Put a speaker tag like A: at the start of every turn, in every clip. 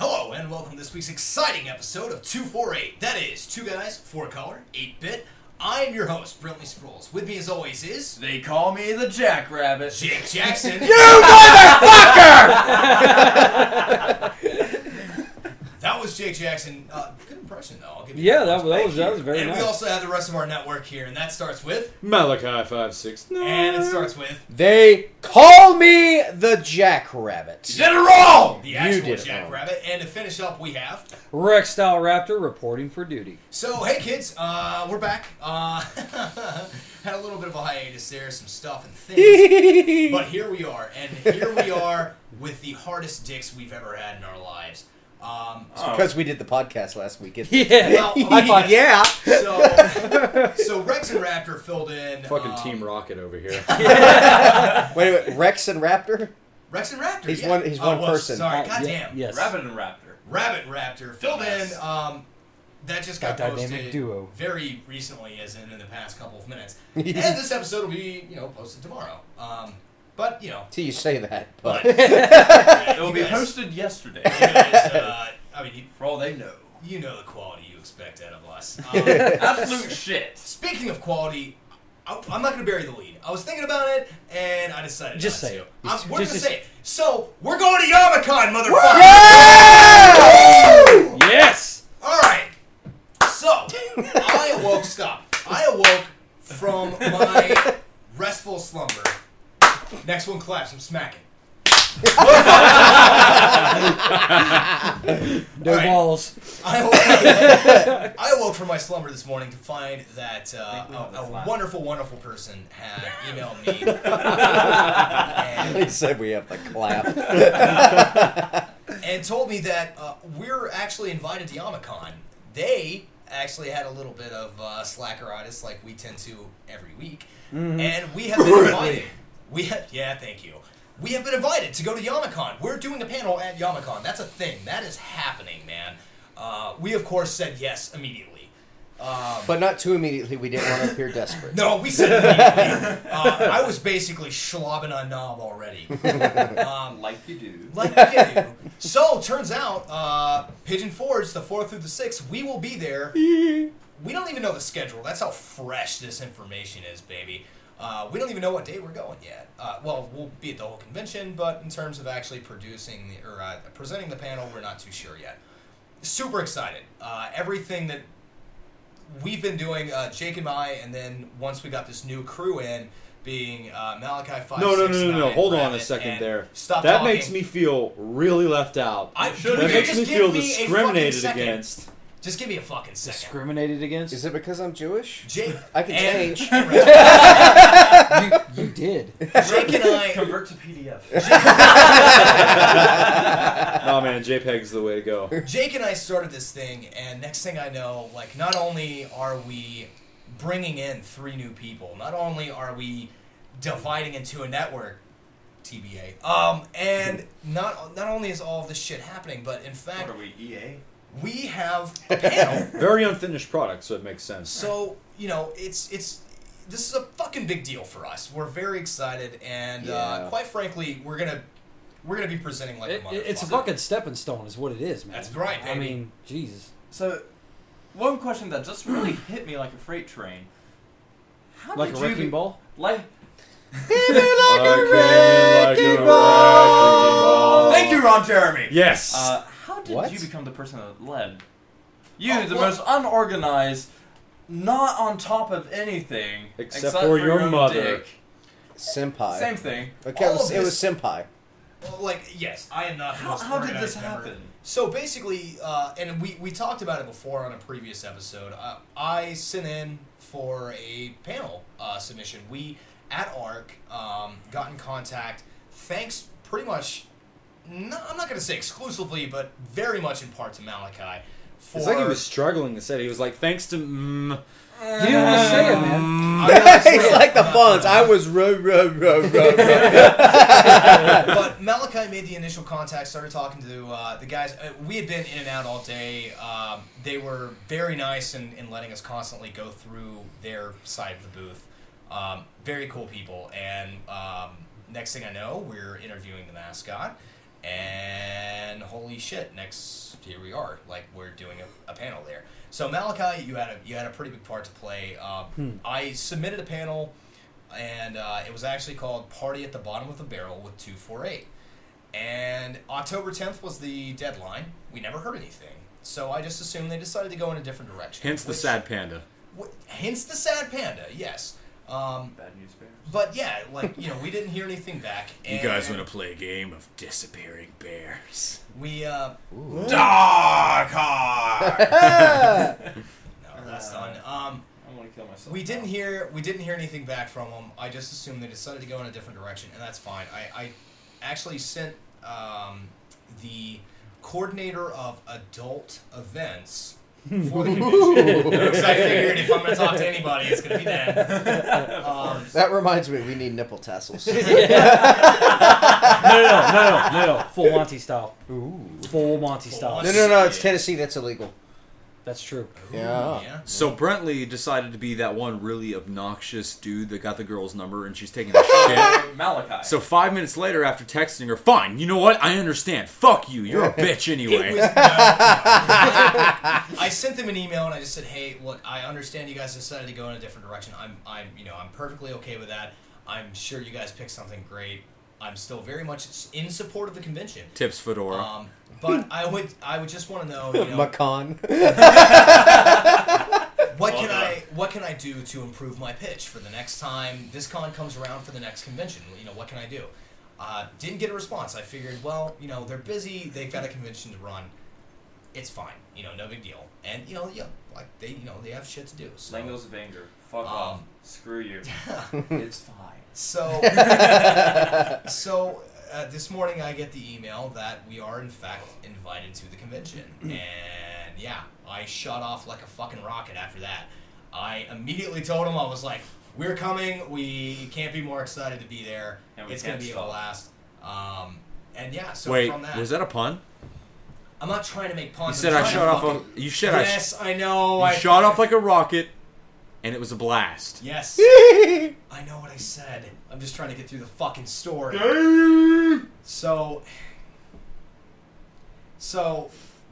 A: and welcome to this week's exciting episode of 248. That is, two guys, four color, 8 bit. I'm your host, Brintley Sproles. With me, as always, is
B: They call me the Jackrabbit.
A: Jake Jackson.
B: you motherfucker!
A: That was Jake Jackson. Uh, good impression, though. I'll give you
C: Yeah, that, that
A: Thank
C: was that was very
A: and
C: nice.
A: we also have the rest of our network here, and that starts with,
D: Malachi five six nine.
A: and it starts with
E: They call me the Jackrabbit.
B: Did it wrong!
A: the
E: You
A: actual
E: did it wrong.
A: Jackrabbit. And to finish up, we have
C: Rex Style Raptor reporting for duty.
A: So hey kids, uh, we're back. Uh, had a little bit of a hiatus there, some stuff and things, but here we are, and here we are with the hardest dicks we've ever had in our lives. Um,
E: Because we did the podcast last week. It,
C: Yeah.
A: well,
E: I thought, yeah.
A: So, so Rex and Raptor filled in.
D: Fucking
A: um,
D: Team Rocket over here.
E: Wait, wait, Rex and Raptor?
A: Rex and Raptor.
E: He's
A: yeah.
E: one- he's
A: one
E: one person. Oh,
A: Sorry,
C: Uh, yeah,
A: goddamn.
C: Yes.
B: Rabbit and Raptor.
A: Rabbit Raptor filled
B: Yes.
A: in. Um, that just got
E: That
A: posted
E: dynamic duo.
A: very recently, as in in the past couple of minutes. and this episode will be, you know, posted tomorrow. Um, but you know,
E: Till you say that.
A: but
E: But
B: It will
A: you
B: be
A: guys-
B: posted yesterday.
A: you guys, uh, I mean, you,
B: For all they know.
A: you know the quality you expect out of us. Um,
B: Absolute shit.
A: speaking of quality. I- I'm not going to bury the lead. I was thinking about it, and I decided
C: Just
A: not
C: say
A: to.
C: it.
A: I'm-
C: Just-
A: we're
C: just-
A: going to
C: just-
A: say it. So, we're going to Yamacon, motherfucker!
E: Yeah!
C: Yes.
A: All right. So I awoke. Stop. I awoke from my restful slumber. Next one claps. I'm smacking.
C: No
A: Alright.
C: balls.
A: I awoke, I awoke from my slumber this morning to find that uh,
B: Thank you.
A: a, a
B: Wow.
A: wonderful, wonderful person had emailed me. and,
E: They said we have the clap.
A: and told me that uh, we're actually invited to Yamacon. They actually had a little bit of uh, slackeritis, like we tend to every week, and we have been invited. We have, yeah, thank you. We have been invited to go to Yamacon. We're doing a panel at Yamacon. That's a thing. That is happening, man. Uh, we of course said yes immediately. Um,
E: But not too immediately. We didn't want to appear desperate.
A: no, we said immediately. uh, I was basically schlobbing on knob already. Um,
B: Like you do.
A: like we do. So turns out, uh, Pigeon Forge, the fourth through the sixth, we will be there. we don't even know the schedule. That's how fresh this information is, baby. Uh, we don't even know what day we're going yet. Uh, well, we'll be at the whole convention, but in terms of actually producing the, or uh, presenting the panel, we're not too sure yet. Super excited. Uh, everything that we've been doing, uh, Jake and I, and then once we got this new crew in, being uh, Malachi Five.
D: no, no,
A: Six,
D: no, no, no.
A: Nine,
D: Hold on a
A: Rabbit,
D: second
A: and
D: there.
A: Stop
D: that
A: talking.
D: makes me feel really left out.
A: I should
D: that makes
A: just
D: me
A: give
D: feel
A: me a fucking
D: discriminated
A: second.
D: against.
A: Just give me a fucking second.
C: Discriminated against.
E: Is it because I'm Jewish?
A: Jake,
E: I can
A: and-
E: change.
C: you, you did.
A: Jake and I.
B: Convert to PDF.
D: oh man, JPEG's the way to go.
A: Jake and I started this thing, and next thing I know, like, not only are we bringing in three new people, not only are we dividing into a network, TBA, um, and not not only is all this shit happening, but in
B: What
A: fact,
B: are we, EA?
A: we have a panel
D: Very unfinished product, so it makes sense.
A: So you know, it's it's this is a fucking big deal for us. We're very excited, and uh,
E: Yeah.
A: quite frankly, we're gonna we're gonna be presenting like
C: It-
A: a motherfucker.
C: it- it's a fucking stepping stone, is what it is, man.
A: That's right,
C: I
A: baby.
C: mean, Jesus.
B: So, one question that just really hit me like a freight train. How
C: Like a
B: did you
C: wrecking
B: be-
C: ball.
B: Like,
D: I came in like a wrecking ball.
B: thank you, Ron Jeremy.
D: Yes.
B: Uh, how did
E: What?
B: you become the person that led? You,
A: Oh,
B: the
A: well-
B: most unorganized, not on top of anything
D: Except for your
B: own
D: mother.
B: dick.
E: Senpai.
B: Same thing.
E: Okay, it
A: All
E: was,
A: of
E: it was
A: this-
E: Senpai.
A: Well, like yes, I am not. the
B: How,
A: most
B: how did this
A: organized member.
B: happen?
A: So basically, uh, and we, we talked about it before on a previous episode. Uh, I sent in for a panel uh, submission. We at ARC um, got in contact, thanks pretty much. No, I'm not going to say exclusively, but very much in part to Malachi. For
D: it's like he was struggling to say. it. He was like, "Thanks to." Mm,
C: You didn't want to say it, man.
E: It's like the Fonz. I was ro ro ro ro ro.
A: but Malachi made the initial contact, started talking to uh, the guys. Uh, we had been in and out all day. Um, they were very nice in, in letting us constantly go through their side of the booth. Um, very cool people. And um, next thing I know, we're interviewing the mascot. And holy holy shit, next here we are. Like we're doing a, a panel there. So Malachi, you had a you had a pretty big part to play. Um,
E: Hmm.
A: I submitted a panel, and uh, it was actually called "Party at the Bottom of the Barrel" with two four eight. And October tenth was the deadline. We never heard anything, so I just assumed they decided to go in a different direction.
D: Hence the
A: which-
D: sad panda.
A: wh- hence the sad panda. Yes. Um,
B: Bad news bears.
A: but yeah, like you know, we didn't hear anything back. And
D: to play a game of disappearing bears?
A: We uh,
D: Dark Heart!
E: Ah!
A: no, that's done. Um,
B: I want to kill myself.
A: we
B: now.
A: didn't hear we didn't hear anything back from them. I just assumed they decided to go in a different direction, and that's fine. I, I actually sent um, the coordinator of adult events for the convention because I figured if I'm going to talk to anybody, it's going to be them. Um,
E: That reminds me, we need nipple tassels.
C: no, no, no, no, no, no. Full Monty style.
E: Ooh.
C: Full Monty
A: Full
C: style.
A: Monty.
E: No, no, no. It's Tennessee. That's illegal.
C: That's true.
E: Yeah.
A: yeah.
D: So Brentley decided to be that one really obnoxious dude that got the girl's number and she's taking a shit.
B: Malachi.
D: So five minutes later after texting her, fine, you know what? I understand. Fuck you. You're a bitch
A: It was- no,
D: anyway.
A: no. I sent them an email and I just said, "Hey, look, I understand you guys decided to go in a different direction. I'm, I'm, you know, I'm perfectly okay with that. I'm sure you guys picked something great. I'm still very much in support of the convention.
D: Tips Fedora.
A: Um, but I would, I would just want to know, you know,
E: Macan.
A: what can
B: Welcome.
A: I, what can I do to improve my pitch for the next time this con comes around for the next convention? You know, what can I do? Uh, didn't get a response. I figured, well, you know, they're busy. They've got a convention to run. It's fine. You know, no big deal. And you know, yeah, like they, you know, they have shit to do. So,
B: Langos of anger. Fuck
A: Um,
B: off. Screw you. it's fine.
A: so, so uh, this morning I get the email that we are in fact invited to the convention, and yeah, I shot off like a fucking rocket after that. I immediately told him I was like, "We're coming. We can't be more excited to be there.
B: And we
A: It's gonna
B: can't
A: be a
B: stop."
A: blast." Um, and yeah, so
D: Wait,
A: from that,
D: was that a pun?
A: I'm not trying to make
D: You
A: puns.
D: said
A: I'm
D: I
A: trying to
D: shot off
A: fucking-
D: a. You said I. sh-
A: yes, I know.
D: You
A: I
D: shot off like a rocket, and it was a blast.
A: Yes, I know what I said. I'm just trying to get through the fucking story. So, so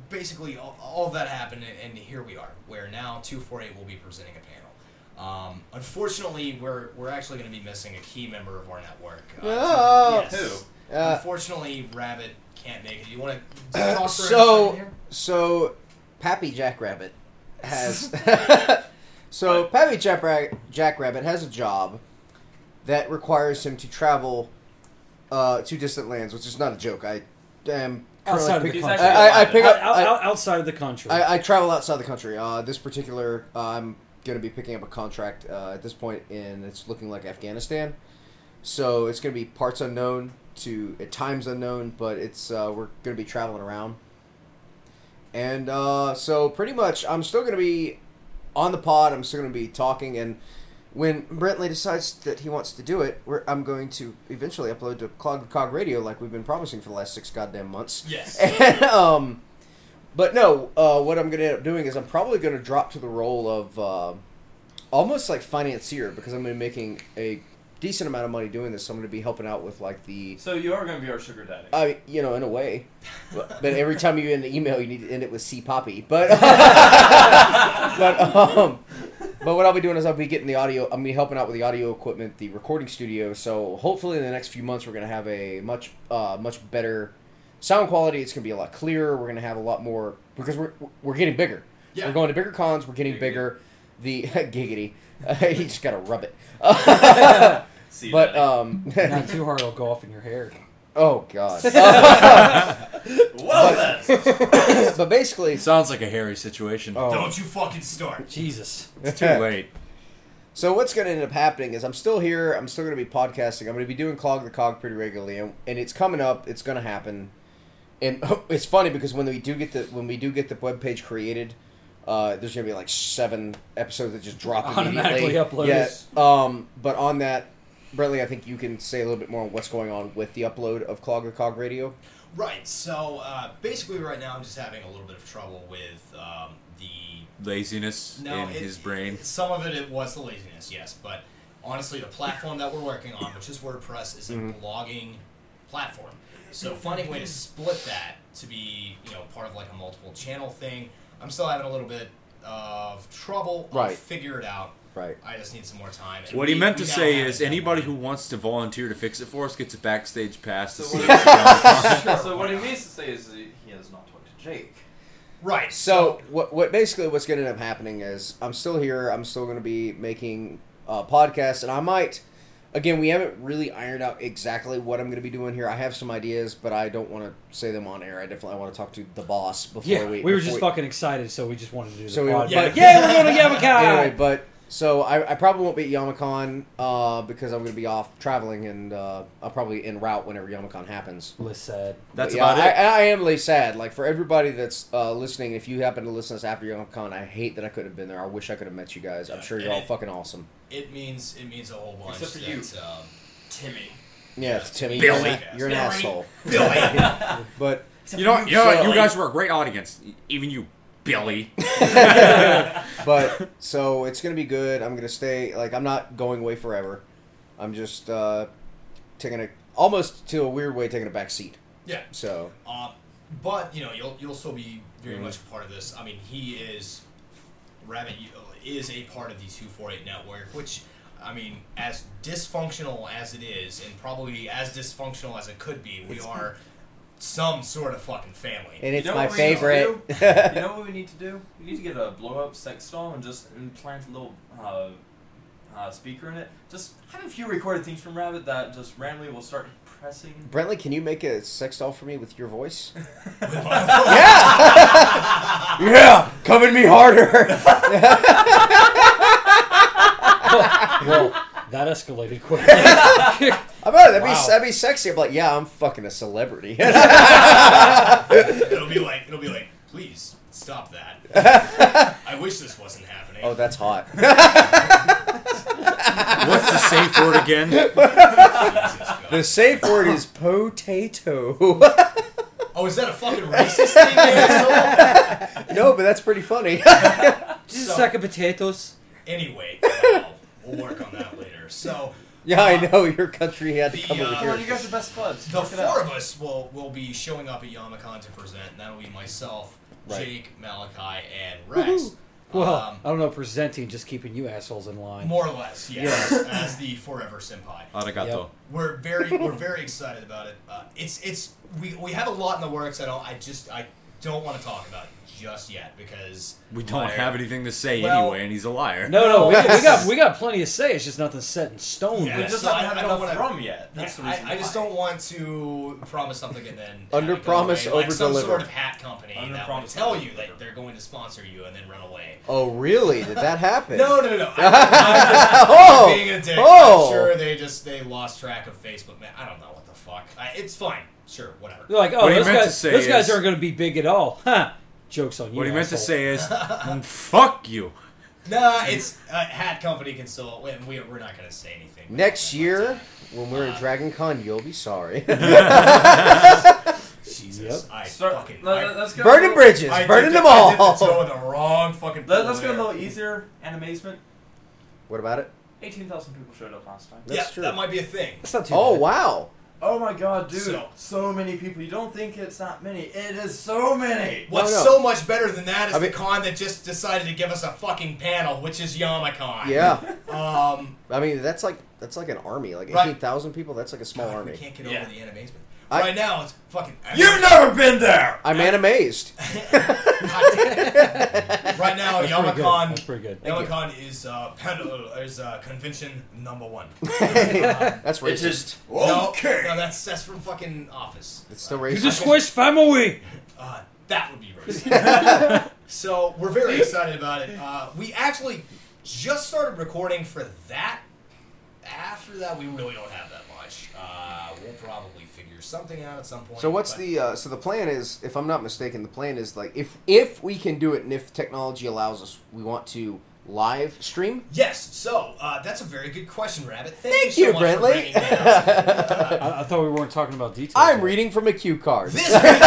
A: basically, all, all that happened, and- and here we are, where now 248 will be presenting a panel. Um, unfortunately, we're we're actually going to be missing a key member of our network. Uh,
E: No.
A: yes.
E: Oh, Uh,
A: unfortunately, Rabbit can't make it. You want to talk for a
E: so,
A: second here?
E: so, Pappy Jackrabbit has. so, Pappy Jackra- Jackrabbit has a job that requires him to travel uh, to distant lands, which is not a joke. I am. currently
C: Outside of the
E: pick-
C: country.
B: He's
E: I, I, I pick up.
C: Out-
E: I-
C: out- outside of the country.
E: I, I travel outside the country. Uh, this particular, uh, I'm going to be picking up a contract uh, at this point, and it's looking like Afghanistan. So it's going to be parts unknown to at times unknown, but it's uh, we're going to be traveling around. And uh, so pretty much, I'm still going to be on the pod. I'm still going to be talking, and when Brentley decides that he wants to do it, we're, I'm going to eventually upload to Clog Cog Radio, like we've been promising for the last six goddamn months.
A: Yes.
E: And, um, but no, uh, what I'm going to end up doing is I'm probably going to drop to the role of uh, almost like financier because I'm going to be making a decent amount of money doing this. So I'm going to be helping out with like the,
B: So you are going to be our sugar daddy.
E: I you know, in a way. But, but every time you end the email, you need to end it with C Poppy. But but um, but what I'll be doing is I'll be getting the audio. I'm gonna be helping out with the audio equipment, the recording studio. So hopefully in the next few months, we're gonna have a much uh, much better sound quality. It's gonna be a lot clearer. We're gonna have a lot more because we're we're getting bigger.
A: Yeah.
E: We're going to bigger cons. We're getting
B: Giggity.
E: bigger. The giggity. he just gotta rub it.
B: See you,
E: but
B: daddy.
E: um,
C: Not too hard. It'll go off in your hair.
E: oh god.
B: Well then.
E: but basically,
D: It sounds like a hairy situation.
E: oh.
A: Don't you fucking start.
C: Jesus.
D: It's too late.
E: So what's going to end up happening is I'm still here. I'm still going to be podcasting. I'm going to be doing Clog the Cog pretty regularly, and, and it's coming up. It's going to happen. And it's funny because when we do get the when we do get the web page created, uh, there's going to be like seven episodes that just drop
C: Automatically
E: immediately.
C: uploaded.
E: Yeah. Um, but on that, Brentley, I think you can say a little bit more on what's going on with the upload of Clog the Cog Radio.
A: Right. So uh, basically, right now I'm just having a little bit of trouble with um, the
D: Laziness
A: No,
D: in
A: it-
D: his brain.
A: Some of it, it was the laziness, yes, but honestly, the platform that we're working
D: Mm-hmm.
A: on, which is WordPress, is a blogging platform. So finding a way to split that to be you know part of like a multiple channel thing. I'm still having a little bit of trouble. I'll
E: Right.
A: figure it out.
E: Right.
A: I just need some more time. And
D: What he
A: we-
D: meant
A: we
D: to
A: now
D: say
A: have
D: is
A: it down.
D: anybody who wants to volunteer to fix it for us gets a backstage pass to
B: So
D: see
B: what-
D: it.
B: so what he means to say is that he has not talked to Jake.
A: right.
E: So what? What basically what's going to end up happening is I'm still here. I'm still going to be making uh, podcasts, and I might. Again, we haven't really ironed out exactly what I'm going to be doing here. I have some ideas, but I don't want to say them on air. I definitely want to talk to the boss before
C: Yeah,
E: we.
C: we were
E: before
C: just fucking excited, so we just wanted to do the
E: So we were-
C: pod.
A: Yeah.
C: Yeah. yeah, we're going to Yamakai.
E: Anyway, but so I, I probably won't be at Yamacon uh, because I'm going to be off traveling, and uh, I'll probably en route whenever Yamacon happens.
C: Liz said,
D: That's
E: But yeah,
D: about it.
E: I, I am really sad. Like for everybody that's uh, listening, if you happen to listen to this after YoungCon, I hate that I couldn't have been there. I wish I could have met you guys. I'm
A: Yeah,
E: sure
A: and
E: you're all
A: it-
E: fucking awesome.
A: it means it means a whole bunch.
B: Except for you.
A: that, um,
F: Timmy.
E: Yeah, it's Timmy.
A: Billy.
E: You're, an- you're an
A: Billy.
E: asshole.
A: Billy.
E: But
D: You know, what- you, know what? you
E: Billy.
D: guys were a great audience. E-, Even you, Billy.
E: but so it's gonna be good. I'm gonna stay. Like I'm not going away forever. I'm just uh, taking a almost to a weird way taking a back seat.
A: yeah.
E: So
A: Uh, but you know, you'll you'll still be very much a part of this. I mean, he is Rabbit you- is a part of the 248 network, which I mean, as dysfunctional as it is, and probably as dysfunctional as it could be, we are some sort of fucking family.
E: and it's
B: you know
E: my
B: what we need
E: favorite.
B: to do? you know what we need to do? We need to get a blow up sex doll and just and plant a little uh, uh, speaker in it. Just have a few recorded things from Rabbit that just randomly will start pressing.
E: Brentley, can you make a sex doll for me with your voice?
A: With-
E: Yeah! yeah! Come at me harder!
C: well, that escalated quickly. yeah,
E: I bet that'd be
C: Wow.
E: that'd be sexy. I'm like, yeah, I'm fucking a celebrity.
A: it'll be like it'll be like, please stop that. I wish this wasn't happening.
E: oh, that's hot.
D: What's the safe word again?
A: Jesus God.
E: The safe word is potato.
A: Oh, is that a fucking racist thing? asshole?
E: no, but that's pretty funny.
C: just
A: So-
C: a sack of potatoes.
A: anyway, well, we'll work on that later. So.
E: yeah, I know your country had to
A: The,
E: come
A: uh,
B: Come
E: over
B: on, you
E: here.
B: guys are best buds.
A: The
B: Check it
A: four
B: out.
A: of us will will be showing up at Yamacon to present, and that'll be myself,
E: Right.
A: Jake, Malachi, and Rex.
C: Well,
A: Um,
C: I don't know, presenting, just keeping you assholes in line.
A: more or less, yes, as the forever senpai.
D: Arigato.
A: We're very we're very excited about it. Uh, it's it's we we have a lot in the works. I don't I just I don't want to talk about it just yet because
D: We don't
A: my-
D: have anything to say
A: Well-
D: anyway, and he's a liar.
C: no, no, we, we got we got plenty to say. It's just nothing set in stone.
A: Yeah,
B: We just
A: so I-
B: haven't had
A: I don't
B: enough
A: wanna-
B: rum yet. That's
A: Yeah,
B: the reason.
A: I, I just
B: why.
A: don't want to promise something and then
E: Under
A: have it go
E: promise,
A: away, like
E: over
A: some
E: deliver.
A: sort of hat company
B: Under
A: that will
B: promise,
A: tell
B: over
A: you that
B: deliver.
A: they're going to sponsor you and then run away.
E: Oh, really? Did that happen?
A: No, no, no, no. I- I-
E: oh,
A: being a dick.
E: oh.
A: I'm sure they just they lost track of Facebook. Man, I don't know what the fuck. I, it's fine. Sure, whatever.
C: They're like, oh,
D: What he
C: those
D: meant to
C: guys,
D: say
C: those guys
D: is-
C: aren't going to be big at all. Huh. Joke's on you.
D: What he meant to
C: asshole.
D: say is, "Mm, fuck you.
A: Nah, it's uh, hat company can still. We, we, we're not gonna say anything. uh,
E: Next year, when we're at Dragon Con, you'll be sorry.
A: Jesus, I
B: Start,
A: fucking.
B: let,
A: I,
B: us go.
E: burning bridges,
A: I did
E: burning
A: the-
E: them
A: I did the toe
E: all.
A: in the wrong fucking.
B: Let, us
A: pool
B: go a
A: there.
B: little easier. And amazement.
E: What about it?
B: Eighteen thousand people showed up last time.
A: Yeah,
E: That's true.
A: that might be a thing.
C: That's not too
E: Oh
C: bad.
E: wow!
B: Oh my god, dude!
A: So-
B: So, many people. You don't think it's not many? It is so many.
A: What's
E: no.
A: so much better than that is
E: I
A: the
E: mean-
A: con that just decided to give us a fucking panel, which is Yamacon.
E: Yeah,
A: Um,
E: I mean that's like that's like an army, like
A: Right.
E: eighteen thousand people. That's like a small
A: God, we
E: army.
A: can't get
B: Yeah.
A: over the animes.
E: I-
A: Right now, it's fucking.
B: You've never been there.
E: I'm amazed.
A: God damn it. right now,
C: That's pretty good.
A: Yamacon
C: That's pretty good.
A: Yamacon is uh, panel is uh, convention number one.
E: That's racist.
A: No, no, that's that's from fucking Office.
E: It's still
C: You
E: racist.
C: disgrace family.
A: Uh, that would be racist. so we're very excited about it. Uh, we actually just started recording for that. After that, we really don't have that much. Uh, we'll probably figure something out at some point.
E: So what's
A: but-
E: the uh, so the plan is if I'm not mistaken the plan is like if if we can do it and if technology allows us we want to live stream.
A: Yes, so uh, that's a very good question, Rabbit. Thank,
E: Thank
A: you, so
E: you,
A: much for
E: Brentley.
A: bringing that up.
C: I, I thought we weren't talking about details.
E: I'm
C: here.
E: reading from a cue card.
A: This week,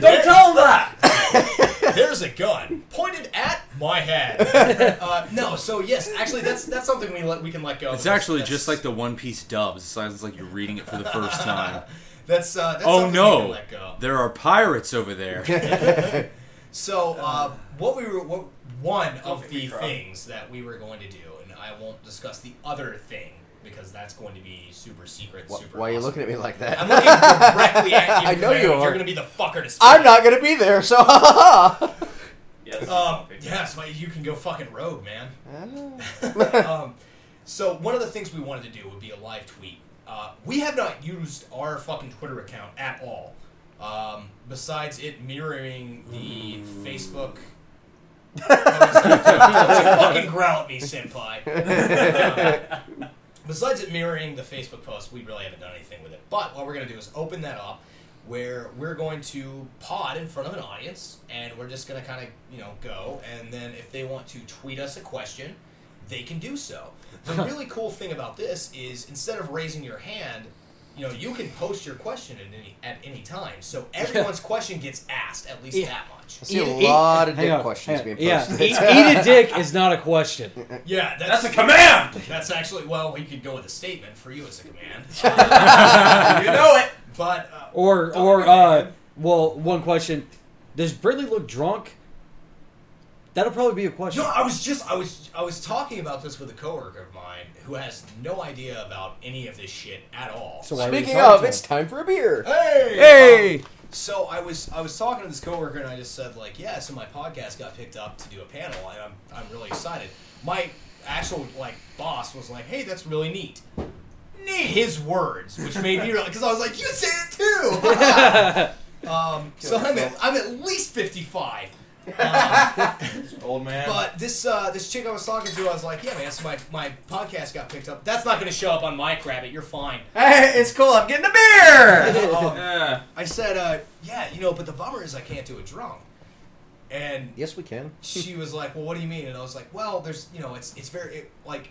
B: Don't tell them that.
A: there's a gun pointed at my head. Uh, no, so yes, actually, that's that's something we let, we can let go.
D: It's
A: Oh, That's-
D: actually
A: that's-
D: just like the One Piece dubs. It sounds like you're reading it for the first time.
A: That's uh, that's
D: Oh
A: something we can
D: no,
A: let go.
D: there are pirates over there.
A: So uh, what we were what one
B: Don't
A: of
B: make me
A: the
B: cry.
A: things that we were going to do, and I won't discuss the other thing because that's going to be super secret.
E: Wh-
A: super.
E: Why are you
A: awesome.
E: looking at me like that?
A: I'm looking directly at you.
E: I know you
A: You're
E: are.
A: going to be the fucker to. Speak.
E: I'm not gonna be there, so. Ah.
B: Yes.
A: Um,
B: topic.
A: yes, well, you can go fucking rogue, man. um, so one of the things we wanted to do would be a live tweet. Uh, we have not used our fucking Twitter account at all, um, besides it mirroring the Facebook. Don't you fucking growl at me, senpai. Um, besides it mirroring the Facebook post, we really haven't done anything with it. But what we're gonna do is open that up, where we're going to pod in front of an audience, and we're just gonna kind of you know go, and then if they want to tweet us a question, they can do so. The really cool thing about this is instead of raising your hand, you know, you can post your question at any at any time. So everyone's question gets asked at least
C: Yeah.
A: that much.
E: I see a
C: Eat- eat-
E: lot of
C: hang
E: dick
C: on,
E: questions
C: hang on.
E: being posted.
C: Yeah, eat, eat a dick is not a question.
A: Yeah, that's,
B: That's a command.
A: that's actually well, we could go with a statement for you as a command. Uh,
B: you know it.
A: but uh,
C: Or
A: Don't
C: or
A: be mad.
C: uh, well, one question: Does Brittany look drunk? That'll probably be a question.
A: No, I was just I was I was talking about this with a coworker of mine who has no idea about any of this shit at all.
C: So why are we
E: Speaking
C: talking
E: of,
C: to
E: it's
C: her?
E: time for a beer.
A: hey,
D: Hey,
A: Um, So I was I was talking to this coworker and I just said like, yeah, so my podcast got picked up to do a panel and I'm I'm really excited. My actual like boss was like, hey, that's really neat. Neat his words, which made me because I was like, you said it too. um, so I'm at, I'm at least fifty five.
B: Old man.
A: But this uh, this chick I was talking to, I was like, yeah, man, so my, my podcast got picked up. That's not going to show up on my credit. You're fine.
B: hey, it's cool. I'm getting a beer.
A: Um,
B: yeah.
A: I said, uh, yeah, you know, but the bummer is I can't do it drunk. And
E: Yes, we can.
A: she was like, "Well, what do you mean?" And I was like, "Well, there's, you know, it's it's very it, like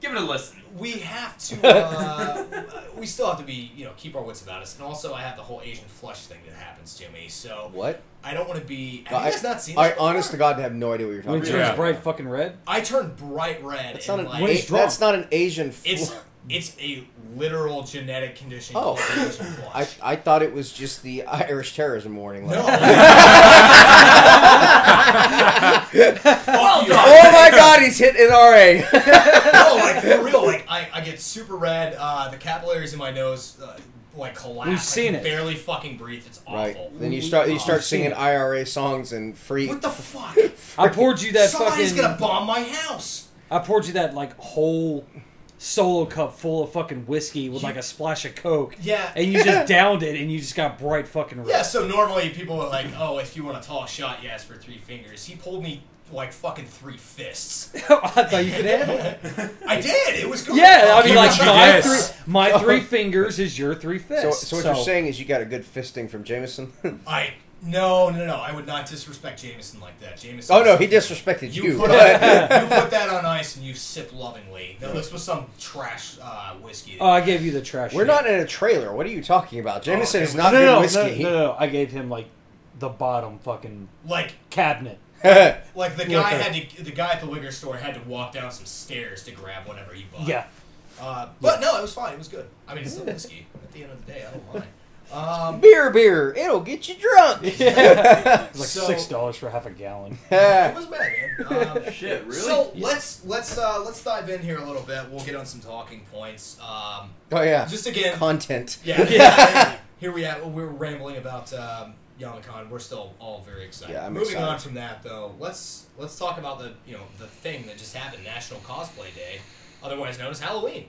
B: Give it a listen.
A: we have to, uh, we still have to be, you know, keep our wits about us." And also, I have the whole Asian flush thing that happens to me, so
E: What?
A: I don't want to be. Have
E: I,
A: you guys not seen?
E: I,
A: this
E: honest to
A: before?
E: God, have no idea what you're
C: When
E: talking
C: it
E: about.
C: turns
D: Yeah.
C: bright fucking red.
A: I turned bright red.
E: That's,
A: and
E: not an,
A: like,
C: When
E: a-
C: he's drunk.
E: that's not an Asian. Fl-
A: it's it's a literal genetic condition
E: Oh.
A: called the Asian
E: I,
A: flush.
E: I thought it was just the Irish terrorism warning.
A: no.
E: Like,
A: well
E: oh my God, he's hit an RA.
A: no, like for real, like I, I get super red. Uh, the capillaries in my nose uh, like collapse.
C: We've
A: I
C: seen
A: can
C: it.
A: Barely fucking breathe. It's
E: right.
A: awful.
E: Then you start you start
C: I've seen
E: singing
C: it.
E: IRA songs and free.
A: What the fuck?
C: I poured you that
A: Somebody's
C: fucking.
A: gonna bomb my house.
C: I poured you that like whole solo cup full of fucking whiskey with like a splash of coke.
A: Yeah.
C: And you just downed it, and you just got bright fucking red.
A: Yeah. So normally people are like, "Oh, if you want a tall shot, you ask for three fingers." He pulled me like fucking three fists.
C: Oh, I thought you could handle it.
A: I did. It was good.
C: Yeah, I mean,
D: You
C: like
D: should
C: my
D: guess.
C: three, my three fingers is your three
E: So,
C: fists.
E: so what you're saying is you got a good fisting from Jameson.
A: I no no no. I would not disrespect Jameson like that. Jameson.
E: oh no, he disrespected you.
A: You, put that, you put that on ice and you sip lovingly. No, this was some trash uh, whiskey.
C: Oh, I gave you the trash.
E: We're
C: can.
E: not in a trailer. What are you talking about? Jameson
A: okay.
E: is not
C: no,
E: good
C: no,
E: whiskey.
C: No, no, no, I gave him like the bottom fucking
A: like
C: cabinet.
A: Like the
C: Yeah,
A: guy
C: fair.
A: had to, the guy at the liquor store had to walk down some stairs to grab whatever he bought.
C: Yeah.
A: Uh, but no, it was fine. It was good. I mean, it's still whiskey. At the end of the day, I don't mind. Um,
E: beer, beer. It'll get you drunk.
C: It's like
A: So-
C: six dollars for half a gallon.
A: it was bad, man. Um,
B: Shit, really?
A: So let's let's uh, let's dive in here a little bit. We'll get on some talking points. Um,
E: oh yeah.
A: just again,
E: content.
A: yeah. yeah, here we at. We're rambling about um, Yamacon. We're still all very excited.
E: Yeah, I'm
A: Moving
E: excited.
A: on from that though, let's let's talk about the you know the thing that just happened, National Cosplay Day, otherwise known as Halloween.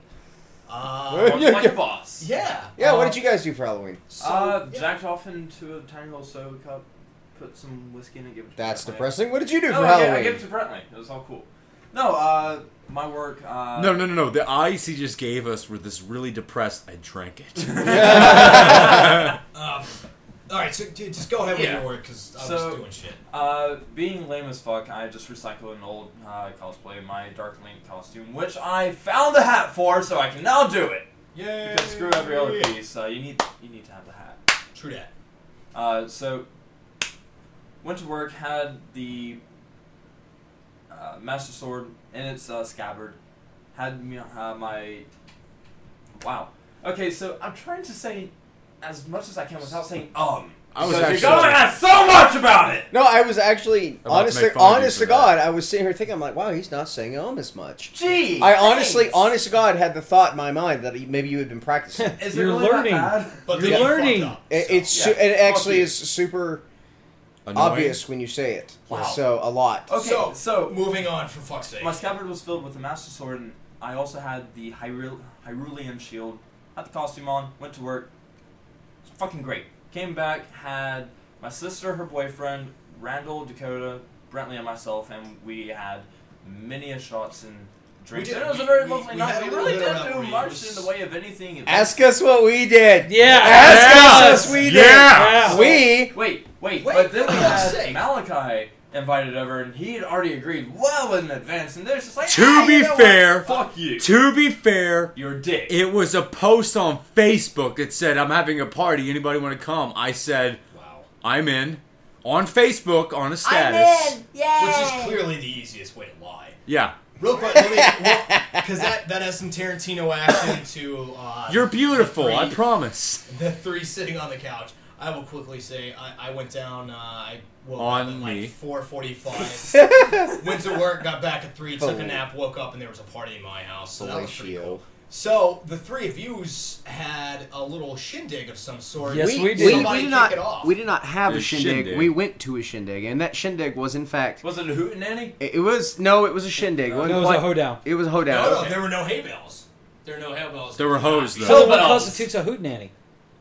A: Uh,
B: Walks like a boss.
A: Yeah.
E: Yeah. what
B: Uh,
E: did you guys do for Halloween?
A: So,
B: Uh,
A: yeah.
B: jacked off into a tiny little soda cup, put some whiskey in it, give it. To
E: That's
B: Brantley.
E: depressing. What did you do
B: No,
E: for
B: Oh, I,
E: Halloween?
B: gave, I gave it to Brantley. It was all cool. No, uh, my work. Uh,
D: No, no, no, no. The eyes he just gave us were this really depressed. I drank it.
A: Um, all right, so dude, just go ahead with
B: Yeah.
A: your work because I
B: So-
A: was doing shit.
B: Uh, being lame as fuck, I just recycled an old uh, cosplay, my Dark Link costume, which I found the hat for, so I can now do it.
A: Yeah.
B: Because screw every other piece. Uh, you need you need to have the hat.
A: True that.
B: Uh, so, went to work, had the uh, Master Sword in its uh, scabbard, had me, uh, my. Wow. Okay, so I'm trying to say as much as I can without saying um.
E: I was
B: because
E: actually-
B: you're going on so much about it.
E: No, I was actually
D: About to
E: honest.
D: make
E: To,
D: fun of you
E: honest
D: for
E: to God, I was sitting here thinking, I'm like, wow, he's not saying um as much.
B: Gee.
E: I honestly,
B: thanks.
E: honest to God, had the thought in my mind that he- maybe you had been practicing. it,
B: Is it
C: You're
B: really that
C: learning.
B: bad?
A: But
C: You're
A: they got
C: learning.
A: fucked up, so.
E: it's su-
B: Yeah.
E: it actually
B: Fuck you.
E: is super
D: Annoying.
E: obvious when you say it.
B: Wow.
E: So a lot.
B: Okay,
A: so,
B: so-
A: moving on for fuck's sake.
B: My scabbard was filled with a master sword, and I also had the Hyrule- Hyrulean shield. Had the costume on, went to work. It's fucking great. Came back, had my sister, her boyfriend, Randall, Dakota, Brentley, and myself, and we had many a shots and drinks.
A: did-
B: and it was a
A: we-
B: very
A: we-
B: lovely
A: we had
B: night.
A: a
B: We
A: little
B: really
A: bit of
B: didn't do
A: outrage.
B: much in the way of anything. It-
E: Ask us what we did.
C: Yeah.
E: Ask
C: Yeah.
E: us what we did.
D: Yeah.
C: Yeah.
E: We.
B: Wait, wait,
A: Wait,
B: but then
A: for
B: we
A: fuck's
B: had
A: sake.
B: Malachi invited over, and he had already agreed well in advance, and they're just like,
D: To
B: "Ah, you
D: be
B: know what?
D: fair-
B: fuck you,
D: To be fair,
B: you're a dick.
D: it was a post on Facebook that said, I'm having a party. Anybody want to come? I said,
A: wow.
D: I'm in. On Facebook, on a status.
A: Which is clearly the easiest way to lie.
D: Yeah.
A: Real quick, because that, that has some Tarantino action to. Uh,
D: You're beautiful, I
A: Three.
D: promise.
A: the three sitting on the couch. I will quickly say I, I went down. Uh, I woke
D: On
A: up at
D: me.
A: like four forty-five. went to work, got back at three, took a
E: Holy-
A: nap, woke up, and there was a party in my house. So that was pretty
E: Fellatio.
A: cool. So the three of yous had a little shindig of some sort.
C: Yes, we did.
A: Somebody
C: We-
A: kick it off.
E: did not have
D: It was shindig.
E: went to a shindig, and that shindig was in fact.
B: Was it a hootenanny?
E: It it was no, it was a shindig.
B: No,
C: it was a hoedown.
E: It was a hoedown.
A: No, no,
E: Okay.
A: there were no hay bales. There were no hay bales.
D: There were hoes, though.
C: So
B: What
C: what
B: else?
C: constitutes a hootenanny?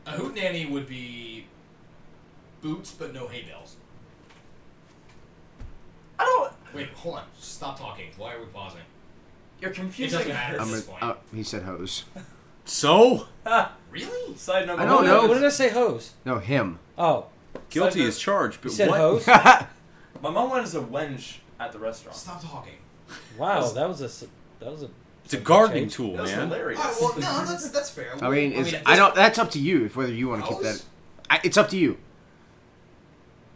A: A hootenanny would be boots, but no hay bales.
B: I don't.
A: Wait, hold on. Stop talking. Why are we pausing?
B: You're
A: It
B: confusing.
A: doesn't matter at
E: I'm
A: this
E: gonna-
A: point.
E: uh, he said hose.
D: So?
A: really?
B: Ah, Side number.
E: I don't
B: one.
C: Wait,
E: know.
C: What did I say, hose?
E: No, him.
C: Oh,
D: Guilty
B: Side
D: as charged, but
C: you said
D: what?
C: hose.
B: My mom went as a wench at the restaurant.
A: Stop talking.
C: Wow, that was a s- that was a.
D: It's a gardening
C: Change.
D: tool,
B: That was
D: man.
B: hilarious.
A: All right, well, no, that's that's fair.
E: I mean, it's,
A: at
E: I
A: this-
E: don't. That's up to you if whether you want to keep that.
A: Hose?
E: I, it's up to you.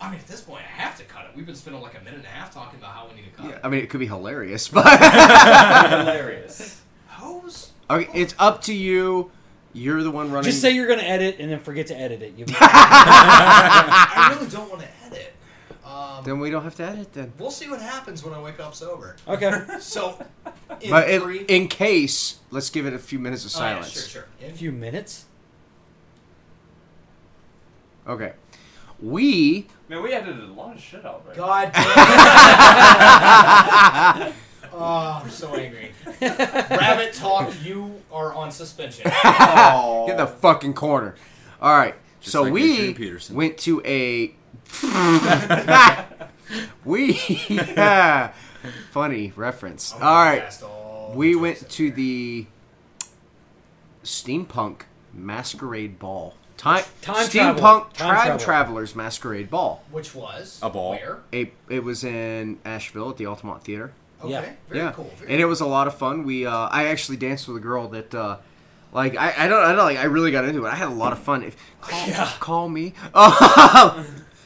A: I mean, at this point, I have to cut it. We've been spending like a minute and a half talking about how we need to cut.
E: I mean, it could be hilarious, but
B: hilarious.
A: Hose?
E: okay, it's up to you. You're the one running.
C: Just say you're gonna edit and then forget to edit it. You-
A: I really don't want to edit. Um,
E: Then we don't have to edit then.
A: we'll see what happens when I wake up sober.
C: okay.
A: So, in
E: But in,
A: three.
E: in case, let's give it a few minutes of
A: Oh, yeah,
E: silence.
A: sure, sure.
C: A
A: In-
C: few minutes.
E: Okay. We
B: Man, we edited a lot of shit out there.
A: God damn it. oh, I'm so angry. Rabbit talk, you are on suspension.
E: get in the fucking corner. All right.
D: Just
E: so
D: like Adrian
E: we
D: Peterson.
E: went to a. we funny reference.
A: Oh,
E: All right. We went to the steampunk masquerade ball. Time,
C: Time
E: steampunk
C: travel. Time
E: tribe
C: travel.
E: travelers masquerade ball.
A: Which was.
D: A ball.
A: Where?
E: It, it was in Asheville at the Altamont Theater.
A: Okay.
C: Yeah.
A: Very
E: yeah,
A: cool. Very
E: and it was a lot of fun. We uh, I actually danced with a girl that. Uh, like I, I don't I don't like I really got into it. I had a lot of fun. If call, call me. Oh,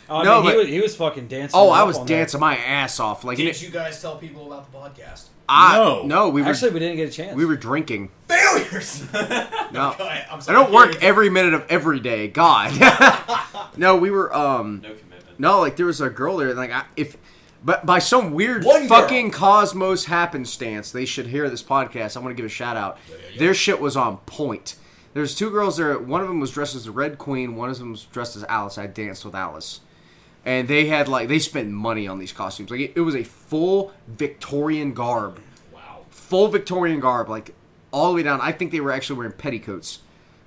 C: Oh, I
E: No,
C: mean, he,
E: but-
C: was, he was fucking dancing.
E: oh, I
C: up
E: was
C: on that.
E: dancing my ass off. Like
A: Did you guys tell people about the podcast?
E: I,
D: No.
E: no, we were
C: Actually, we didn't get a chance.
E: we were drinking.
A: Failures!
E: No,
A: Okay, I'm
E: Uh, I
A: sorry.
E: don't work every minute of every day. God. no, we were um
B: No commitment.
E: no, like there was a girl there like I, if but by some weird
A: One girl.
E: fucking cosmos happenstance, they should hear this podcast. I want to give a shout out. Their shit was on point. There's two girls there. One of them was dressed as the Red Queen. One of them was dressed as Alice. I danced with Alice, and they had like they spent money on these costumes. Like it, it was a full Victorian garb
A: Wow.
E: full Victorian garb, like all the way down. I think they were actually wearing petticoats.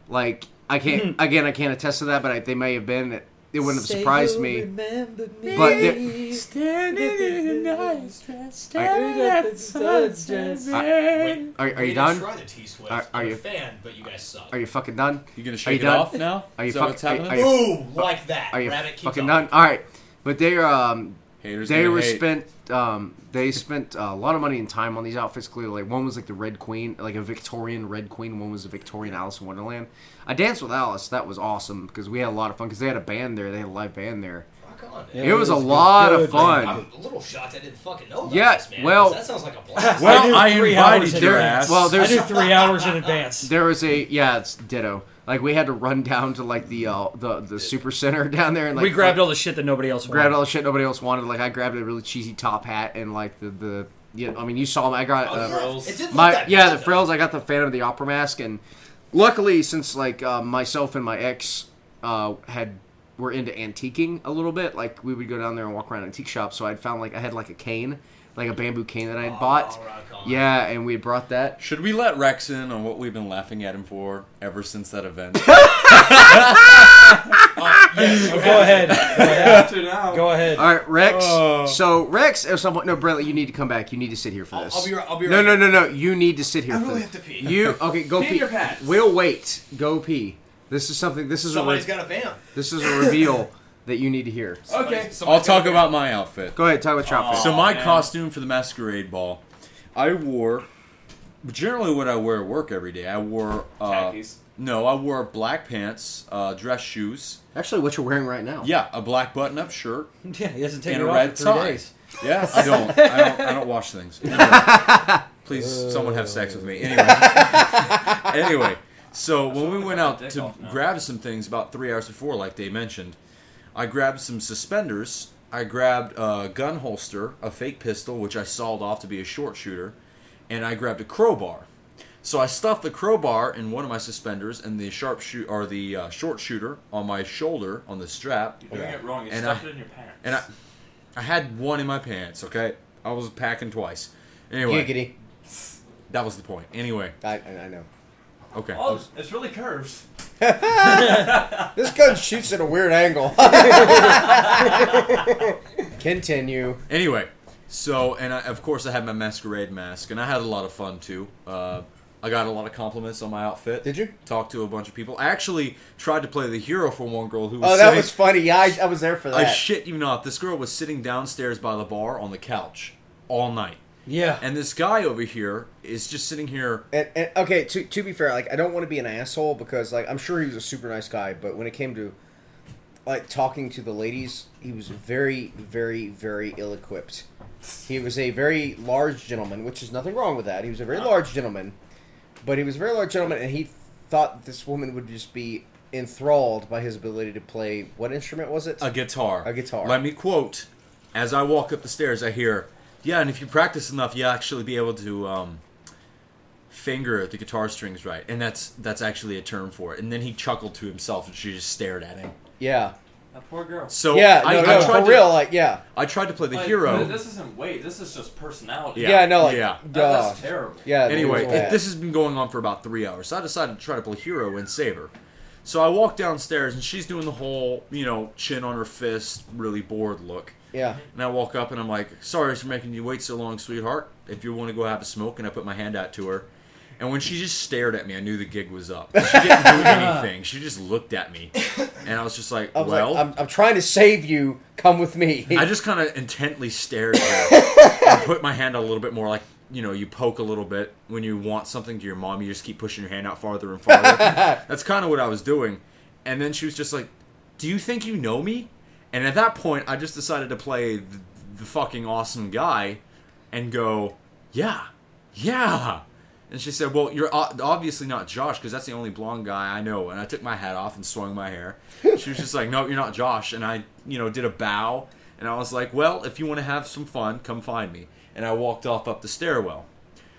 E: Like I can't again, I can't attest to that, but I, they may have been. It wouldn't have
C: Say
E: surprised
C: you'll
E: me.
C: remember me.
E: But there-
C: standing in the ice, staring
E: I-
C: at the sunset.
A: Wait,
E: Are, are
A: we
E: you
A: didn't
E: done?
A: Try the T Swift.
E: Are- are
A: I'm
E: you-
A: a fan, but you guys suck.
E: Are you fucking done?
D: You gonna shake it
E: done?
D: off now?
E: Are you
D: Is that
E: fuck-
D: what's happening?
E: are you-
A: Ooh, like that.
E: Are you
A: Rabbit, keep
E: fucking
A: going.
E: done? All right, but they um
D: Haters
E: they
D: gonna
E: were
D: hate.
E: spent um they spent a lot of money and time on these outfits. Clearly, like one was like the Red Queen, like a Victorian Red Queen. One was a Victorian Alice in Wonderland. I danced with Alice. That was awesome because we had a lot of fun because they had a band there. They had a live band there.
A: Rock on.
C: Yeah,
E: It was a
C: good-
E: lot of
C: good,
E: fun.
C: man.
A: I'm a little shocked I didn't fucking know about
E: Yeah,
A: this, man.
E: well-
A: 'cause that sounds like a blast.
C: I
D: Well,
C: knew
D: I
C: three
D: invited your
C: hours in
D: ass.
C: advance.
E: Well,
C: I
E: there's-
C: knew three hours in advance.
E: There was a yeah, it's ditto. Like we had to run down to like the uh, the the super center down there and like
C: we grabbed
E: fuck-
C: all the shit that nobody else
E: grabbed all
C: wanted.
E: the shit nobody else wanted. Like I grabbed a really cheesy top hat and like the the yeah. I mean you saw my I got
B: Oh,
E: uh,
B: yeah. frills.
A: It didn't look
E: my
A: that
E: yeah
A: bad,
E: the
A: though.
E: frills. I got the Phantom of the Opera mask and luckily since like uh, myself and my ex uh, had were into antiquing a little bit. Like we would go down there and walk around antique shops. So I'd found like I had like a cane, like a bamboo cane that I had bought.
A: rock on.
E: Yeah, and we had brought that.
D: Should we let Rex in on what we've been laughing at him for ever since that event?
C: Go ahead.
B: I have to now.
C: Go ahead.
E: All right, Rex.
D: Oh.
E: So Rex, at some point, no, Brent, you need to come back. You need to sit here for
A: I'll-
E: this.
A: I'll be right- I'll be
E: No,
A: right
E: no, no, no. You need to sit here.
A: I
E: for
A: really
E: this.
A: have to pee.
E: You okay? Go
B: Pee in
E: pee.
B: your pants.
E: We'll wait. Go pee. This is something. This is a re-
A: Somebody's got Oh, a van.
E: this is a reveal that you need to hear.
B: Okay.
D: I'll
A: somebody's got a
D: talk
A: van.
D: about my outfit.
E: Go ahead. Talk about your outfit.
D: So my
B: man.
D: costume for the masquerade ball, I wore generally what I wear at work every day. I wore uh,
B: Khakis.
D: No, I wore black pants, uh, dress shoes.
E: Actually, what you're wearing right now.
D: Yeah, a black button-up shirt.
C: Yeah, he hasn't
D: And
C: taken
D: a
C: it off
D: red
C: for three
D: tie.
C: days.
D: Yeah, I don't. I don't. I don't wash things. Anyway. Please, someone have sex with me. Anyway. anyway, so when we went out
B: Dick
D: to
B: off now.
D: grab some things about three hours before, like they mentioned, I grabbed some suspenders. I grabbed a gun holster, a fake pistol, which I sawed off to be a short shooter, and I grabbed a crowbar. So I stuffed the crowbar in one of my suspenders and the sharp shoot or the uh, short shooter on my shoulder on the strap.
B: You're doing it wrong. You
D: And
B: stuffed
D: I-
B: it in your pants.
D: And I, I had one in my pants. Okay, I was packing twice. Anyway,
E: Giggity.
D: that was the point. Anyway,
E: I, I I know.
D: okay. I
B: Oh,
D: was-
B: it's really curves.
E: This gun shoots at a weird angle. Continue.
D: Anyway, so and I, of course I had my masquerade mask, and I had a lot of fun too. Uh, I got a lot of compliments on my outfit.
E: Did you?
D: Talked to a bunch of people. I actually tried to play the hero for one girl who was.
E: Oh, that
D: sitting-
E: was funny. Yeah, I, I was there for that.
D: I shit you not. This girl was sitting downstairs by the bar on the couch all night,
C: Yeah.
D: and this guy over here is just sitting here.
E: And, and okay, to to be fair, like I don't want to be an asshole because like I'm sure he was a super nice guy, but when it came to like talking to the ladies, he was very, very, very ill-equipped. He was a very large gentleman, which is nothing wrong with that. He was a very large gentleman, but he was a very large gentleman, and he thought this woman would just be enthralled by his ability to play. What instrument was it?
D: a guitar.
E: A guitar.
D: Let me quote. As I walk up the stairs, I hear, "Yeah, and if you practice enough, you'll actually be able to um, finger the guitar strings right." And that's that's actually a term for it. And then he chuckled to himself, and she just stared at him.
E: yeah,
B: That poor girl.
D: So
E: yeah,
D: Oh, I,
E: no,
D: I
E: no,
D: tried
E: for
D: to,
E: real, like yeah,
D: I tried to play the
B: Like,
D: hero.
B: th- This isn't weight. This is just personality.
D: Yeah,
E: yeah, no, like
D: yeah.
B: That-
E: duh.
B: that's terrible.
E: yeah.
D: Anyway,
E: it was
D: it,
E: bad.
D: this has been going on for about three hours. So I decided to try to play hero and save her. So I walk downstairs, and she's doing the whole, you know, chin on her fist, really bored look.
E: yeah.
D: And I walk up and I'm like, sorry for making you wait so long, sweetheart. If you want to go have a smoke, and I put my hand out to her. And when she just stared at me, I knew the gig was up. She didn't do anything. She just looked at me. And I was just like,
E: I was
D: well.
E: like, I'm, I'm trying to save you. Come with me.
D: I just kind of intently stared at her and put my hand out a little bit more, like you know, you poke a little bit when you want something to your mom. You just keep pushing your hand out farther and farther. That's kind of what I was doing. And then she was just like, "Do you think you know me?" And at that point, I just decided to play the, the fucking awesome guy and go, "Yeah, yeah." And she said, "Well, you're o- obviously not Josh because that's the only blonde guy I know." And I took my hat off and swung my hair. She was just like, "No, you're not Josh." And I, you know, did a bow and I was like, "Well, if you want to have some fun, come find me." And I walked off up the stairwell.